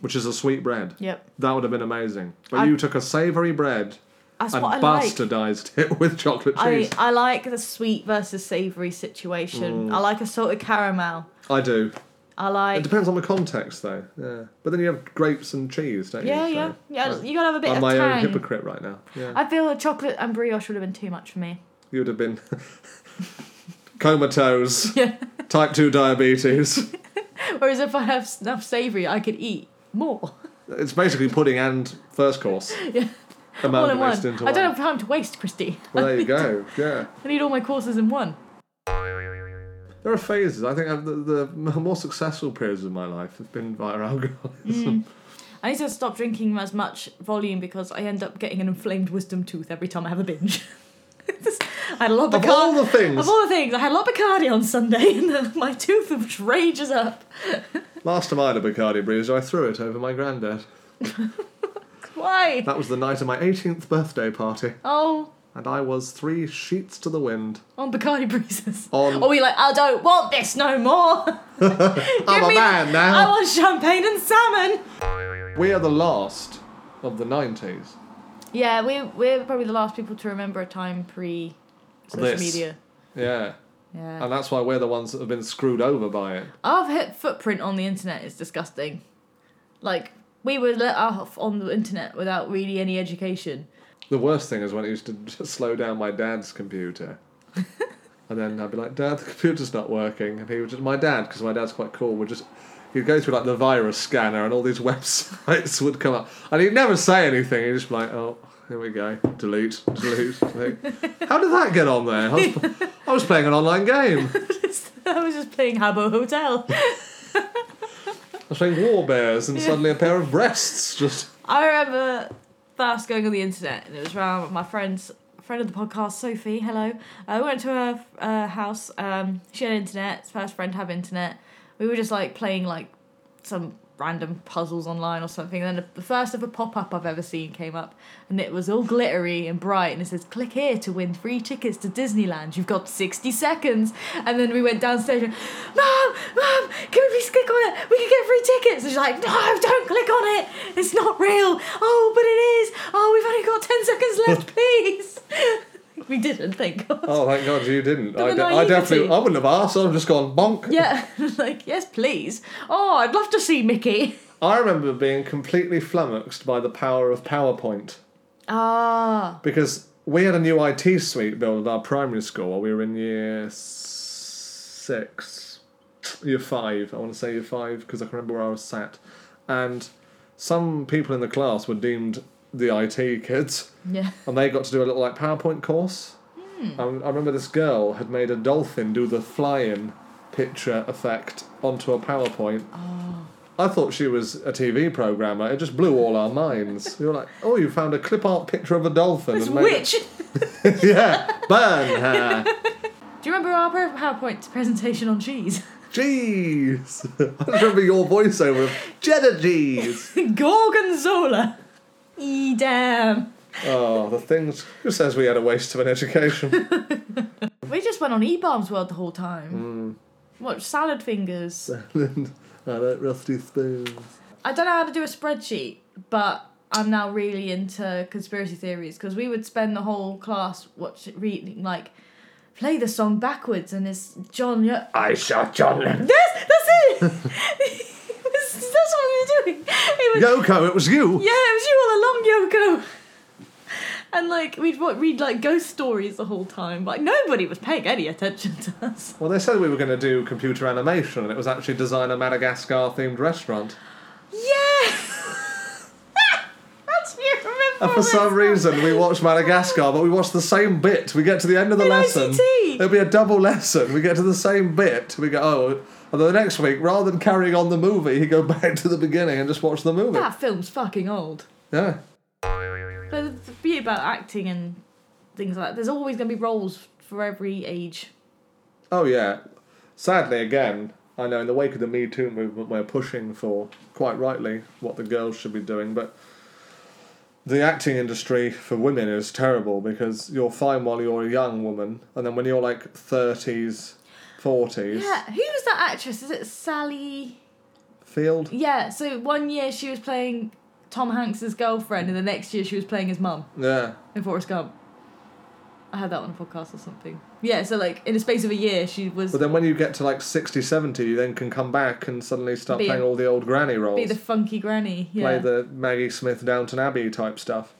S2: which is a sweet bread,
S1: Yep,
S2: that would have been amazing. But
S1: Mm. I-
S2: you took a savoury bread
S1: that's
S2: and
S1: what I like.
S2: bastardised it with chocolate
S1: I,
S2: cheese.
S1: I like the sweet versus savory situation. I like a salted caramel.
S2: I do.
S1: I like
S2: It depends on the context, though. Yeah. But then you have grapes and cheese, don't
S1: Yeah,
S2: you?
S1: yeah,
S2: So-
S1: yeah.
S2: Right.
S1: You gotta have a bit
S2: I'm
S1: of
S2: my
S1: tang.
S2: own hypocrite right now. Yeah.
S1: I feel a chocolate and brioche would have been too much for me.
S2: You would have been comatose,
S1: Yeah.
S2: type 2 diabetes.
S1: Whereas if I have enough savoury, I could eat more.
S2: it's basically pudding and first course.
S1: Yeah. All in one.
S2: Amalgamated into
S1: I
S2: one.
S1: don't have time to waste, Christy.
S2: Well, there you go. Yeah.
S1: I need all my courses in one.
S2: There are phases. I think I've- the, the more successful periods of my life have been via
S1: Mm,
S2: alcoholism.
S1: I need to stop drinking as much volume because I end up getting an inflamed wisdom tooth every time I have a binge. Just- I had a lot of,
S2: Of
S1: Bacar-
S2: all the things,
S1: Of all the things, I had a lot of Bacardi on Sunday, and then my tooth just rages up.
S2: last time I had a Bacardi Breeze, I threw it over my granddad.
S1: Why?
S2: That was the night of my 18th birthday party,
S1: Oh,
S2: and I was three sheets to the wind.
S1: on Bacardi breezes.
S2: On-
S1: Or we like, I don't want this no more.
S2: I'm a
S1: me-
S2: man now.
S1: I want champagne and salmon.
S2: We are the last of the 90s.
S1: Yeah, we we're probably the last people to remember a time pre social
S2: This.
S1: media.
S2: Yeah.
S1: Yeah.
S2: And that's why we're the ones that have been screwed over by it.
S1: Our hit footprint on the internet is disgusting. Like we were let off on the internet without really any education.
S2: The worst thing is when it used to just slow down my dad's computer. and then I'd be like, Dad, the computer's not working. And he would just, my dad, because my dad's quite cool, would just, he'd go through like the virus scanner and all these websites would come up. And he'd never say anything. He'd just be like, oh, here we go. Delete, delete, delete. How did that get on there? I was, I was playing an online game. I
S1: I was just playing Habbo Hotel.
S2: was playing War Bears and suddenly a pair of breasts just.
S1: I remember first going on the internet, and it was around my friend's friend of the podcast, Sophie. Hello. I went to her uh, house. Um, she had internet. First friend to have internet. We were just like playing like some random puzzles online or something. And then the first ever pop up I've ever seen came up, and it was all glittery and bright, and it says, "Click here to win free tickets to Disneyland. You've got sixty seconds." And then we went downstairs. And, Mom, mom, can we please click on it? We can get free tickets. And she's like, "No, don't click on it. It's not real. Oh, but it is. Oh, we've only got ten seconds left, please." we didn't, thank God.
S2: Oh, thank God you didn't. I,
S1: the
S2: de- I definitely,
S1: naivety.
S2: I wouldn't have asked. I'd have just gone bonk.
S1: Yeah, like yes, please. Oh, I'd love to see Mickey.
S2: I remember being completely flummoxed by the power of PowerPoint
S1: Ah.
S2: because we had a new IT suite built at our primary school while we were in year s- six, year five. I want to say year five because I can remember where I was sat, and some people in the class were deemed the IT kids,
S1: Yeah.
S2: and they got to do a little like PowerPoint course.
S1: Hmm.
S2: And I remember this girl had made a dolphin do the fly-in picture effect onto a PowerPoint.
S1: Oh.
S2: I thought she was a TV programmer. It just blew all our minds. we were like, "Oh, you found a clip art picture of a dolphin
S1: It's
S2: and made
S1: witch.
S2: it." yeah, burn her.
S1: Do you remember our PowerPoint presentation on cheese?
S2: Jeez, I just remember your voiceover of cheddar cheese.
S1: Gorgonzola. E damn.
S2: Oh, the things. Who says we had a waste of an education?
S1: We just went on E-bombs world the whole time. Watch Salad Fingers.
S2: Silent. I like rusty spoons.
S1: I don't know how to do a spreadsheet, but I'm now really into conspiracy theories because we would spend the whole class watch reading like play the song backwards and it's John. Yo-
S2: I shot John Lennon.
S1: yes, that's it. That's- that's what we were doing. It was,
S2: Yoko, it was you.
S1: Yeah, it was you all along, Yoko. And like we'd wa- read like ghost stories the whole time, but like, nobody was paying any attention to us.
S2: Well, they said we were going to do computer animation, and it was actually design a Madagascar themed restaurant.
S1: Yes. Oh, that's you remember.
S2: And
S1: all
S2: for some
S1: that stuff.
S2: reason, we watched Madagascar, but we watched the same bit. We get to the end of the
S1: In
S2: lesson.
S1: ICT.
S2: There'll be a double lesson. We get to the same bit. We go, oh, and then the next week, rather than carrying on the movie, he go back to the beginning and just watch the movie.
S1: That film's fucking old.
S2: Yeah.
S1: But the beauty about acting and things like that, there's always going to be roles for every age.
S2: Oh, yeah. Sadly, again, I know in the wake of the Me Too movement, we're pushing for, quite rightly, what the girls should be doing, but the acting industry for women is terrible because you're fine while you're a young woman, and then when you're like 30s, 40s,
S1: Yeah, who was that actress? Is it Sally?
S2: field.
S1: Yeah, so one year she was playing Tom Hanks's girlfriend, and the next year she was playing his mum
S2: Yeah.
S1: in Forrest Gump. I had that on a podcast or something. Yeah, so like in the space of a year, she was
S2: But then when you get to like 60, 70, you then can come back and suddenly start
S1: Be a-
S2: playing all the old granny roles.
S1: be the funky granny. Yeah.
S2: Play the Maggie Smith Downton Abbey type stuff.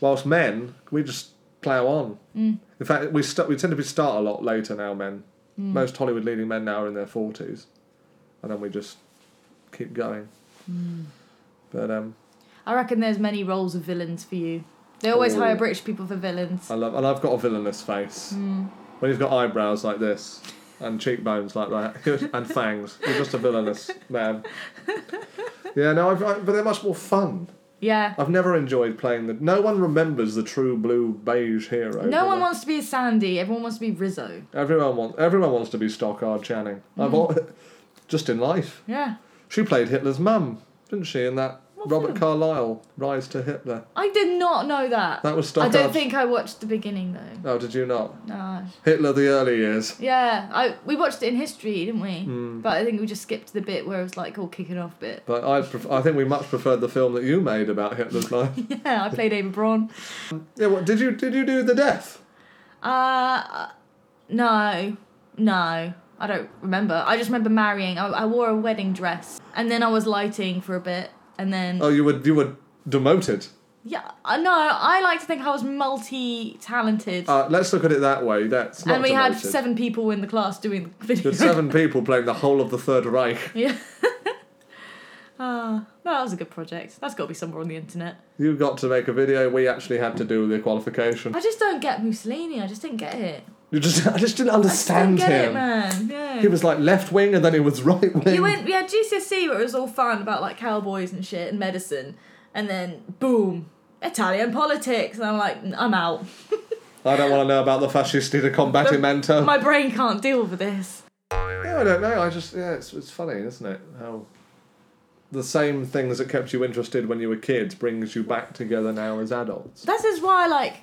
S2: Whilst men, we just plough on. In fact, we, st- we tend to be start a lot later now, men. Most Hollywood leading men now are in their 40s. And then we just keep going. But um,
S1: I reckon there's many roles of villains for you. They always
S2: Ooh.
S1: hire British people for villains. Hmm.
S2: I love, and I've got a villainous face.
S1: Mm.
S2: When he's got eyebrows like this and cheekbones like that and fangs, you're just a villainous man. Yeah, no, I've, I, but they're much more fun.
S1: Yeah.
S2: I've never enjoyed playing the. No one remembers the true blue beige hero. do
S1: No
S2: they?
S1: one wants to be Sandy. Everyone wants to be Rizzo.
S2: Everyone wants. Everyone wants to be Stockard Channing.
S1: Hmm.
S2: I've all, just in life.
S1: Yeah.
S2: She played Hitler's mum, didn't she? In that
S1: What
S2: Robert
S1: film?
S2: Carlyle Rise to Hitler.
S1: I did not know that.
S2: That was
S1: I
S2: Stockard.
S1: don't think I watched the beginning though.
S2: Oh, did you not?
S1: No.
S2: Hitler the early years.
S1: Yeah, I we watched it in history, didn't we?
S2: Hmm.
S1: But I think we just skipped the bit where it was like all kicking off bit.
S2: But I, pref- I think we much preferred the film that you made about Hitler's life.
S1: Yeah, I played Ava Braun.
S2: Yeah, what did you did you do the death?
S1: Uh, no, no, I don't remember. I just remember marrying. I, I wore a wedding dress, and then I was lighting for a bit, and then
S2: Oh, you were you were demoted.
S1: yeah, I no, I like to think I was multi-talented,
S2: Uh, let's look at it that way. That's not
S1: and we
S2: demoted.
S1: had seven people in the class doing the video.
S2: There's seven people playing the whole of the Third Reich.
S1: Yeah. Ah, no, that was a good project. That's got to be somewhere on the internet.
S2: You got to make a video. We actually had to do the qualification.
S1: I just don't get Mussolini. I just didn't get it.
S2: You just I just didn't
S1: I just didn't
S2: understand
S1: get it,
S2: him.
S1: man. Yeah.
S2: he was like left wing and then he was right wing.
S1: you went, we had GCSE E, where it was all fun about like cowboys and shit and medicine, and then boom, Italian politics, and I'm like, "N- I'm out.
S2: I don't want to know about the fascisti de combattimento.
S1: My brain can't deal with this.
S2: yeah, I don't know. I just yeah, it's it's funny, isn't it? How the same things that kept you interested when you were kids brings you back together now as adults.
S1: This is why, like,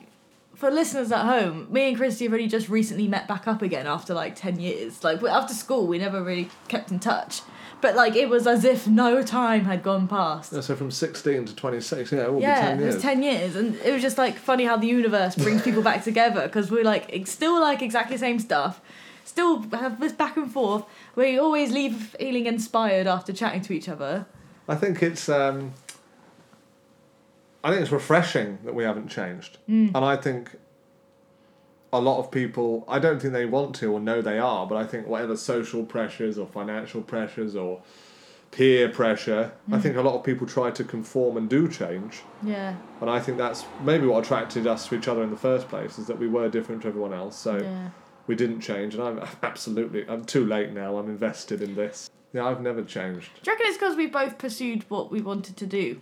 S1: for listeners at home, me and Christy have really just recently met back up again after like 10 years. Like, we- after school, we never really kept in touch. But, like, it was as if no time had gone past.
S2: Yeah, so from 16 to 26, yeah, it will be
S1: Yeah,
S2: 10
S1: it
S2: years.
S1: was 10 years. And it was just like funny how the universe brings people back together because we're like ex- still like exactly the same stuff, still have this back and forth. We always leave feeling inspired after chatting to each other.
S2: I think it's um, I think it's refreshing that we haven't changed, and I think a lot of people I don't think they want to or know they are, but I think whatever social pressures or financial pressures or peer pressure, I think a lot of people try to conform and do change,
S1: Yeah,
S2: and I think that's maybe what attracted us to each other in the first place is that we were different to everyone else, so
S1: yeah.
S2: we didn't change, and I'm absolutely I'm too late now. I'm invested in this. Yeah, I've never changed.
S1: Do you reckon it's because we both pursued what we wanted to do?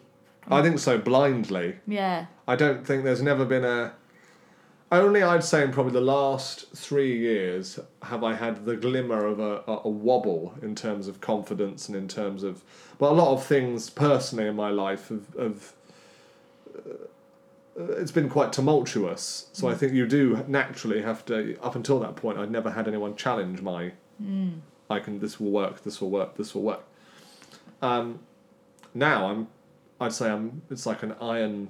S2: I think so blindly.
S1: Yeah.
S2: I don't think there's never been a. Only I'd say in probably the last three years have I had the glimmer of a, a, a wobble in terms of confidence and in terms of. Well, a lot of things personally in my life have. have uh, it's been quite tumultuous, so I think you do naturally have to. Up until that point, I'd never had anyone challenge my I can. This will work. This will work. This will work. Um, now I'm. I'd say I'm. It's like an iron.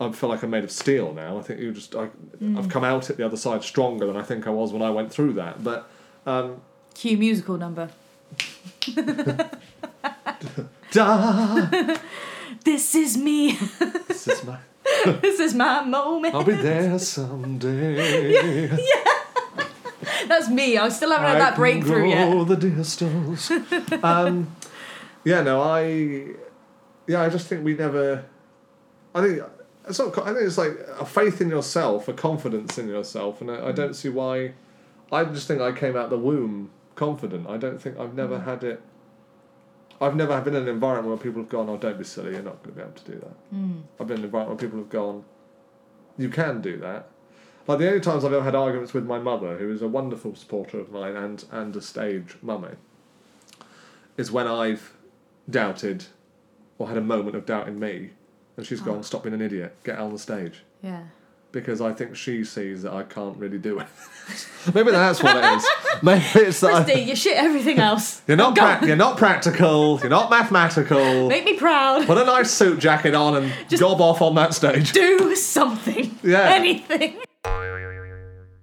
S2: I feel like I'm made of steel now. I think you just. I, I've come out at the other side stronger than I think I was when I went through that. But um,
S1: Cue musical number.
S2: da,
S1: This is me.
S2: this is my.
S1: this is my moment.
S2: I'll be there someday.
S1: That's me. I still haven't had
S2: I
S1: that
S2: can
S1: breakthrough
S2: go
S1: yet.
S2: the distance. um, yeah, no, I, yeah, I just think we never. I think it's not. co- I think it's like a faith in yourself, a confidence in yourself, and I, I don't see why. I just think I came out the womb confident. I don't think I've
S1: Mm.
S2: never had it. I've never been in an environment where people have gone, "Oh, don't be silly, you're not going to be able to do that."
S1: Mm.
S2: I've been in an environment where people have gone, "You can do that." Like the only times I've ever had arguments with my mother, who is a wonderful supporter of mine and and a stage mummy, is when I've doubted or had a moment of doubt in me, and she's gone, "Stop being an idiot, get out on the stage,"
S1: Yeah.
S2: because I think she sees that I can't really do it. Maybe that's what it is. Maybe it's that I,
S1: Christy, you shit everything else.
S2: you're not
S1: Go
S2: prac- you're not practical, you're not mathematical.
S1: Make me proud.
S2: Put a nice suit jacket on and gob off on that stage.
S1: Do something.
S2: Yeah.
S1: Anything.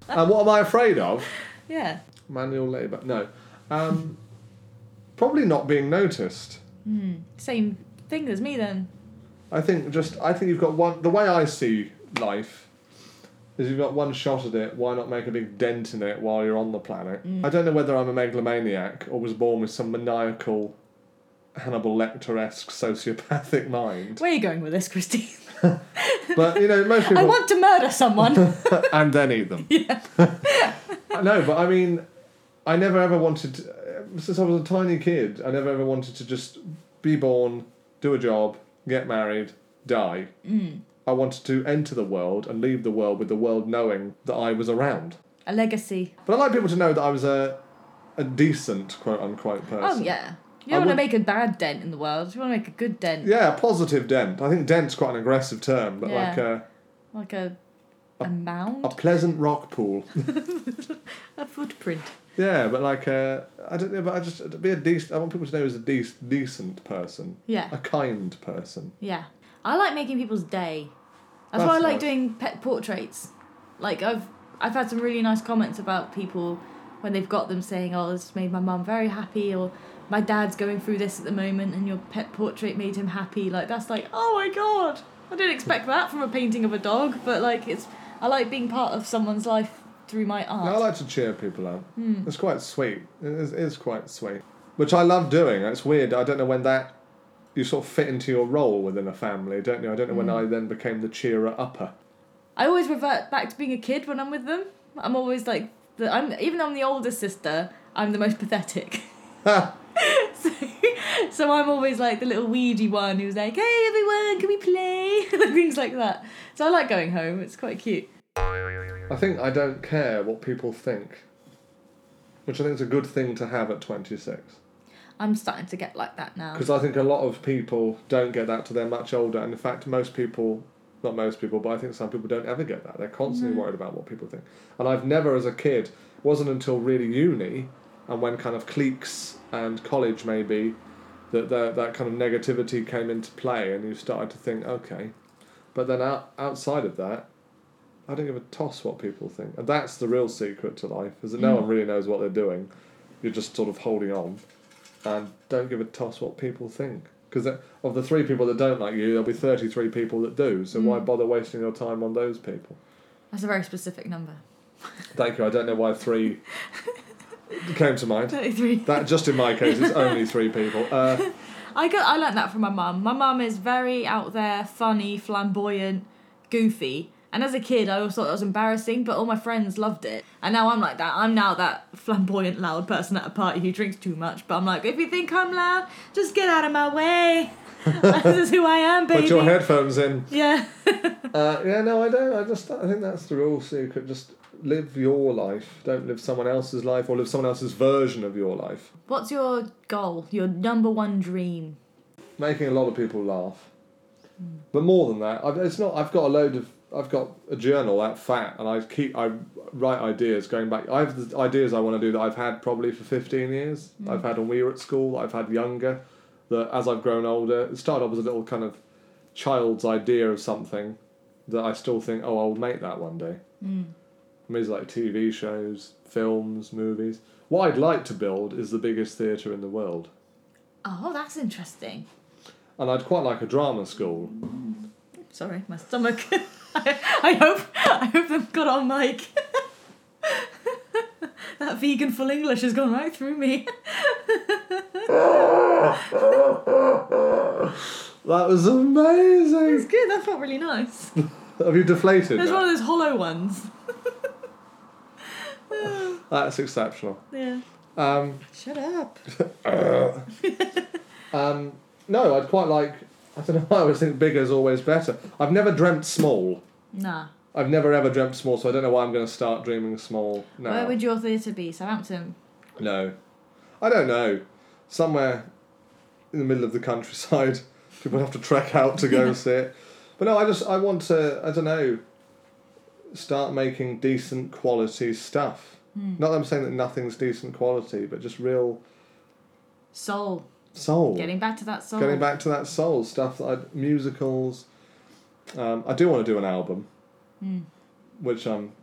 S2: And what am I afraid of?
S1: Yeah.
S2: Manual labour. No. Um, probably not being noticed.
S1: Same thing as me then.
S2: I think just I think you've got one. The way I see life is you've got one shot at it. Why not make a big dent in it while you're on the planet? I don't know whether I'm a megalomaniac or was born with some maniacal, Hannibal Lecter-esque sociopathic mind.
S1: Where are you going with this, Christy?
S2: But you know, most people
S1: I want to murder someone.
S2: and then eat them.
S1: Yeah.
S2: no, but I mean, I never ever wanted. uh, Since I was a tiny kid, I never ever wanted to just be born, do a job, get married, die.
S1: Mm.
S2: I wanted to enter the world and leave the world with the world knowing that I was around.
S1: A legacy.
S2: But I like people to know that I was a, a decent quote unquote
S1: Oh
S2: person.
S1: yeah. You
S2: I
S1: don't want to
S2: would-
S1: make a bad dent in the world. You want to make a good dent,
S2: Yeah, a positive dent. I think dent's quite an aggressive term, but
S1: Yeah.
S2: like a,
S1: like a a
S2: a
S1: mound,
S2: pleasant rock pool.
S1: a footprint.
S2: yeah, but like a, I don't know, but I just to be a decent. I want people to know as a de- decent person.
S1: Yeah.
S2: a kind person.
S1: Yeah. I like making people's day. That's, why I
S2: That's
S1: like
S2: nice.
S1: doing pet portraits. Like I've I've had some really nice comments about people when they've got them saying, "Oh, this made my mum very happy," or "My dad's going through this at the moment, and your pet portrait made him happy." Like that's like, oh my god, I didn't expect that from a painting of a dog. But like, it's I like being part of someone's life through my
S2: And I
S1: art.
S2: like to cheer people up. It's quite sweet. It is, it is quite sweet. Which I love doing. It's weird. I don't know when that you sort of fit into your role within a family, don't you? I don't know when I then became the cheerer upper.
S1: I always revert back to being a kid when I'm with them. I'm always like, the, I'm even though I'm the older sister, I'm the most pathetic. so, so I'm always like the little weedy one who's like, "Hey everyone, can we play?" Things like that. So I like going home. It's quite cute.
S2: I think I don't care what people think, which I think is a good thing to have at 26.
S1: I'm starting to get like that now.
S2: Because I think a lot of people don't get that till they're much older. And in fact, most people, not most people, but I think some people don't ever get that. They're constantly worried about what people think. And I've never, as a kid, wasn't until really uni and when kind of cliques and college maybe that that, that kind of negativity came into play and you started to think, okay. But then out, outside of that, I don't give a toss what people think. And that's the real secret to life, is that no one really knows what they're doing. You're just sort of holding on and don't give a toss what people think. Because of the three people that don't like you, there'll be 33 people that do. So why bother wasting your time on those people?
S1: That's a very specific number.
S2: Thank you. I don't know why three came to mind.
S1: Thirty-three.
S2: That just in my case, it's only three people. Uh,
S1: I got. I learned that from my mum. My mum is very out there, funny, flamboyant, goofy. And as a kid, I always thought that was embarrassing, but all my friends loved it. And now I'm like that. I'm now that flamboyant, loud person at a party who drinks too much. But I'm like, if you think I'm loud, just get out of my way. this is who I am, baby.
S2: put your headphones in.
S1: Yeah.
S2: Uh, yeah, no, I don't. I just I think that's the real secret. Just live your life. Don't live someone else's life or live someone else's version of your life.
S1: What's your goal? Your number one dream?
S2: making a lot of people laugh. But more than that, I've, it's not. I've got a load of I've got a journal that fat, and I keep I write ideas going back. I have the ideas I want to do that I've had probably for fifteen years. I've had when we were at school. I've had younger. That as I've grown older, it started off as a little kind of child's idea of something that I still think, oh, I'll make that one day. I mean, it's like TV shows, films, movies. What I'd like to build is the biggest theatre in the world,
S1: Oh, that's interesting.
S2: and I'd quite like a drama school.
S1: Sorry, my stomach. I, I hope I hope they've got on mic. that vegan full English has gone right through me.
S2: That was amazing.
S1: It's good. That felt really nice. It
S2: Have you deflated?
S1: was
S2: now?
S1: one of those hollow ones.
S2: That's exceptional.
S1: Yeah.
S2: Um,
S1: Shut up.
S2: um, no, I'd quite like. I don't know. why I always think bigger is always better. I've never dreamt small.
S1: Nah.
S2: I've never ever dreamt small, so I don't know why I'm going to start dreaming small now.
S1: Where would your theatre be? Southampton.
S2: No, I don't know. Somewhere in the middle of the countryside, people have to trek out to go see it. But no, I just I want to. I don't know. Start making decent quality stuff.
S1: Hmm.
S2: Not that I'm saying that nothing's decent quality, but just real
S1: Soul.
S2: soul.
S1: Getting back to that soul.
S2: Going back to that soul stuff, that I, musicals. Um, I do want to do an album,
S1: Hmm.
S2: which I'm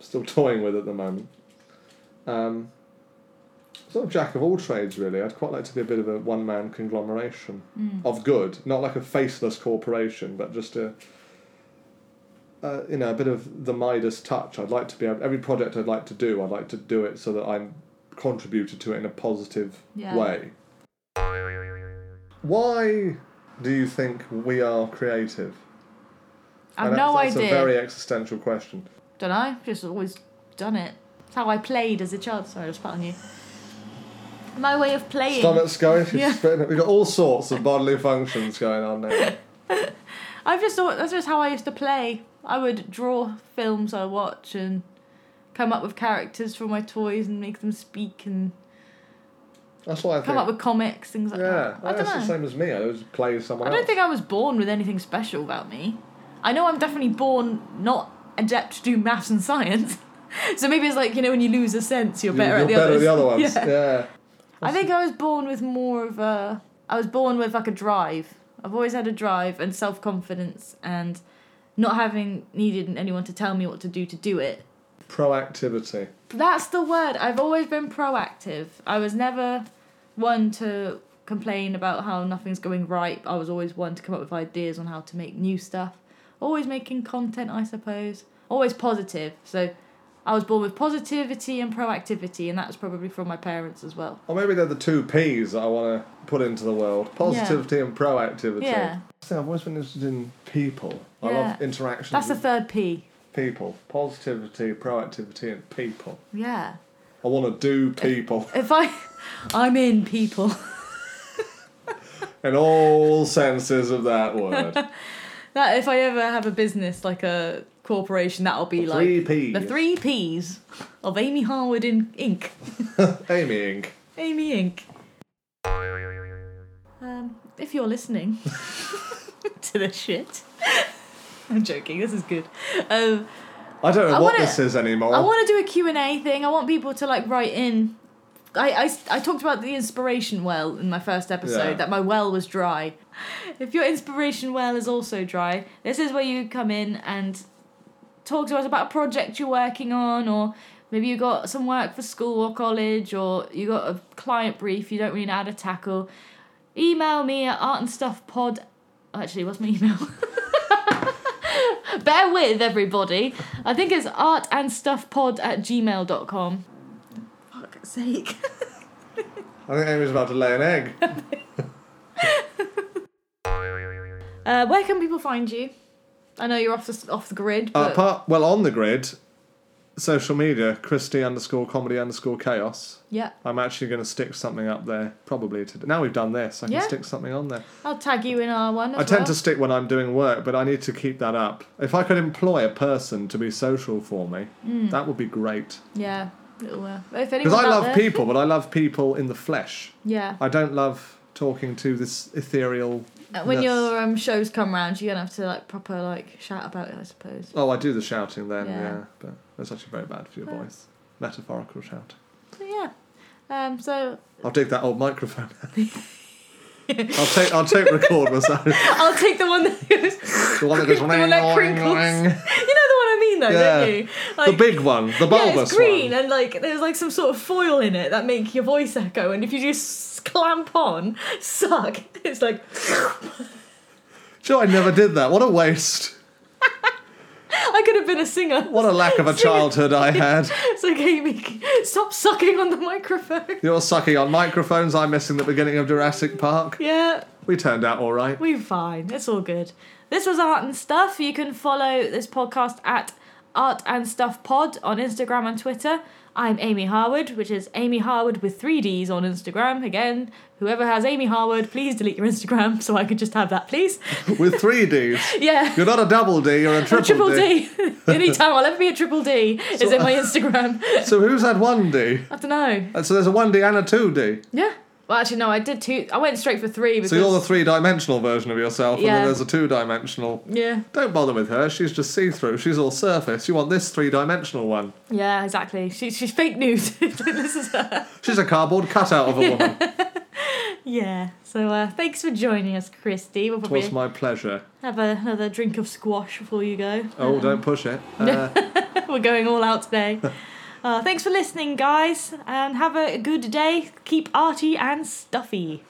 S2: still toying with at the moment. Um, sort of jack of all trades, really. I'd quite like to be a bit of a one man conglomeration
S1: Mm.
S2: of good, not like a faceless corporation, but just a. Uh, you know, a bit of the Midas touch. I'd like to be able, every project I'd like to do. I'd like to do it so that I'm contributed to it in a positive
S1: Yeah.
S2: way. Why do you think we are creative?
S1: I've
S2: And
S1: no
S2: that's, that's
S1: idea.
S2: a very existential question.
S1: Don't know. Just always done it. It's how I played as a child. Sorry, I just pat on you. My way of playing.
S2: Stomach's going. she's
S1: Yeah.
S2: spitting it. We've got all sorts of bodily functions going on now.
S1: I've just thought that's just how I used to play. I would draw films I watch and come up with characters for my toys and make them speak and
S2: That's what I think.
S1: come up with comics, things like
S2: yeah,
S1: that. I
S2: that's the
S1: don't know.
S2: same as me. I was play someone
S1: I don't
S2: else.
S1: think I was born with anything special about me. I know I'm definitely born not adept to do maths and science. so maybe it's like, you know, when you lose a sense, you're
S2: You're-
S1: better,
S2: you're
S1: at, the
S2: better
S1: others.
S2: at the other ones.
S1: Yeah.
S2: Yeah.
S1: I think I was born with more of a. I was born with like a drive. I've always had a drive and self confidence and not having needed anyone to tell me what to do to do it.
S2: Proactivity.
S1: That's the word. I've always been proactive. I was never one to complain about how nothing's going right. I was always one to come up with ideas on how to make new stuff. Always making content, I suppose. Always positive. So I was born with positivity and proactivity, and that's probably from my parents as well.
S2: Or maybe they're the two P's that I want to put into the world positivity and proactivity.
S1: Yeah.
S2: So I've always been interested in people. I love
S1: Yeah.
S2: interactions
S1: That's the
S2: with
S1: third P.
S2: people. Positivity, proactivity, and people.
S1: Yeah.
S2: I want to do people
S1: If I, I'm in people.
S2: in all senses of that word.
S1: That if I ever have a business like a corporation, that'll be like
S2: Three P's.
S1: the three P's of Amy Harwood in Inc.
S2: Amy Inc.
S1: Amy Inc. Um, if you're listening to this shit, I'm joking. This is good. Um,
S2: I don't know
S1: I
S2: what
S1: wanna-
S2: this is anymore.
S1: I want to do a Q&A thing. I want people to like write in. I, I, I talked about the inspiration well in my first episode,
S2: Yeah.
S1: that my well was dry. If your inspiration well is also dry, this is where you come in and talk to us about a project you're working on or maybe you got some work for school or college or you got a client brief you don't really know how to tackle. Email me at artandstuffpod. Actually, what's my email? Bear with everybody. I think it's artandstuffpod at gmail.com. Fuck's sake.
S2: I think Amy's about to lay an egg.
S1: Uh, where can people find you? I know you're off the, off the grid,
S2: Uh,
S1: but
S2: apart, well, on the grid, social media, Christy underscore comedy underscore chaos.
S1: yeah,
S2: I'm actually going to stick something up there probably today. Now we've done this, I can
S1: Yeah.
S2: stick something on there.
S1: I'll tag you in our one. As
S2: I tend
S1: well.
S2: to stick when I'm doing work, but I need to keep that up. If I could employ a person to be social for me, that would be great.
S1: Hmm, Yeah. Little, uh, if anyone's
S2: Because I
S1: out
S2: love
S1: there-
S2: people, but I love people in the flesh.
S1: Yeah.
S2: I don't love talking to this ethereal.
S1: Uh, When
S2: Yes.
S1: your um, shows come round, you're gonna have to like proper like shout about it, I suppose.
S2: Oh, I do the shouting then, yeah,
S1: Yeah.
S2: but that's actually very bad for your
S1: Oh.
S2: voice. Metaphorical shouting.
S1: So yeah. Um, so
S2: I'll take that old microphone. I'll take I'll take record myself.
S1: I'll take the one that goes.
S2: The one that goes
S1: The one that
S2: "Oing,
S1: crinkles."
S2: oing, oing."
S1: You know the one I mean, though,
S2: Yeah.
S1: don't you?
S2: The big one, the bulbous
S1: yeah, it's green
S2: one.
S1: and like there's like some sort of foil in it that make your voice echo, and if you just clamp on, suck, it's like
S2: Sure, I never did that. What a waste.
S1: I could have been a singer.
S2: What a lack of a childhood I had.
S1: So Gamey, stop sucking on the microphone.
S2: You're sucking on microphones. I'm missing the beginning of Jurassic Park.
S1: Yeah,
S2: We turned out all right.
S1: we're fine. It's all good. This was Art and Stuff. You can follow this podcast at Art and Stuff Pod on Instagram and Twitter. I'm Amy Harwood, which is Amy Harwood with three D's on Instagram. Again, whoever has Amy Harwood, please delete your Instagram so I could just have that, please.
S2: With three Ds.
S1: Yeah.
S2: You're not a double D, you're a triple,
S1: A triple D. Anytime I'll ever be a triple D is in my Instagram.
S2: So who's had one D?
S1: I don't know.
S2: And so there's a one D and a two D.
S1: Yeah. Well, actually, no. I did two. I went straight for three because
S2: So you're the three dimensional version of yourself, and then
S1: Yeah.
S2: there's a two dimensional.
S1: yeah,
S2: Don't bother with her, she's just see through, she's all surface. You want this three dimensional one.
S1: yeah, exactly. She, she's fake news. this is her.
S2: She's a cardboard cutout of a woman.
S1: Yeah. So uh, thanks for joining us, Christy. We'll probably
S2: Twas my pleasure.
S1: have a, another drink of squash before you go.
S2: Oh, don't push it. Uh,
S1: We're going all out today. Uh, thanks for listening, guys, and have a good day. Keep arty and stuffy.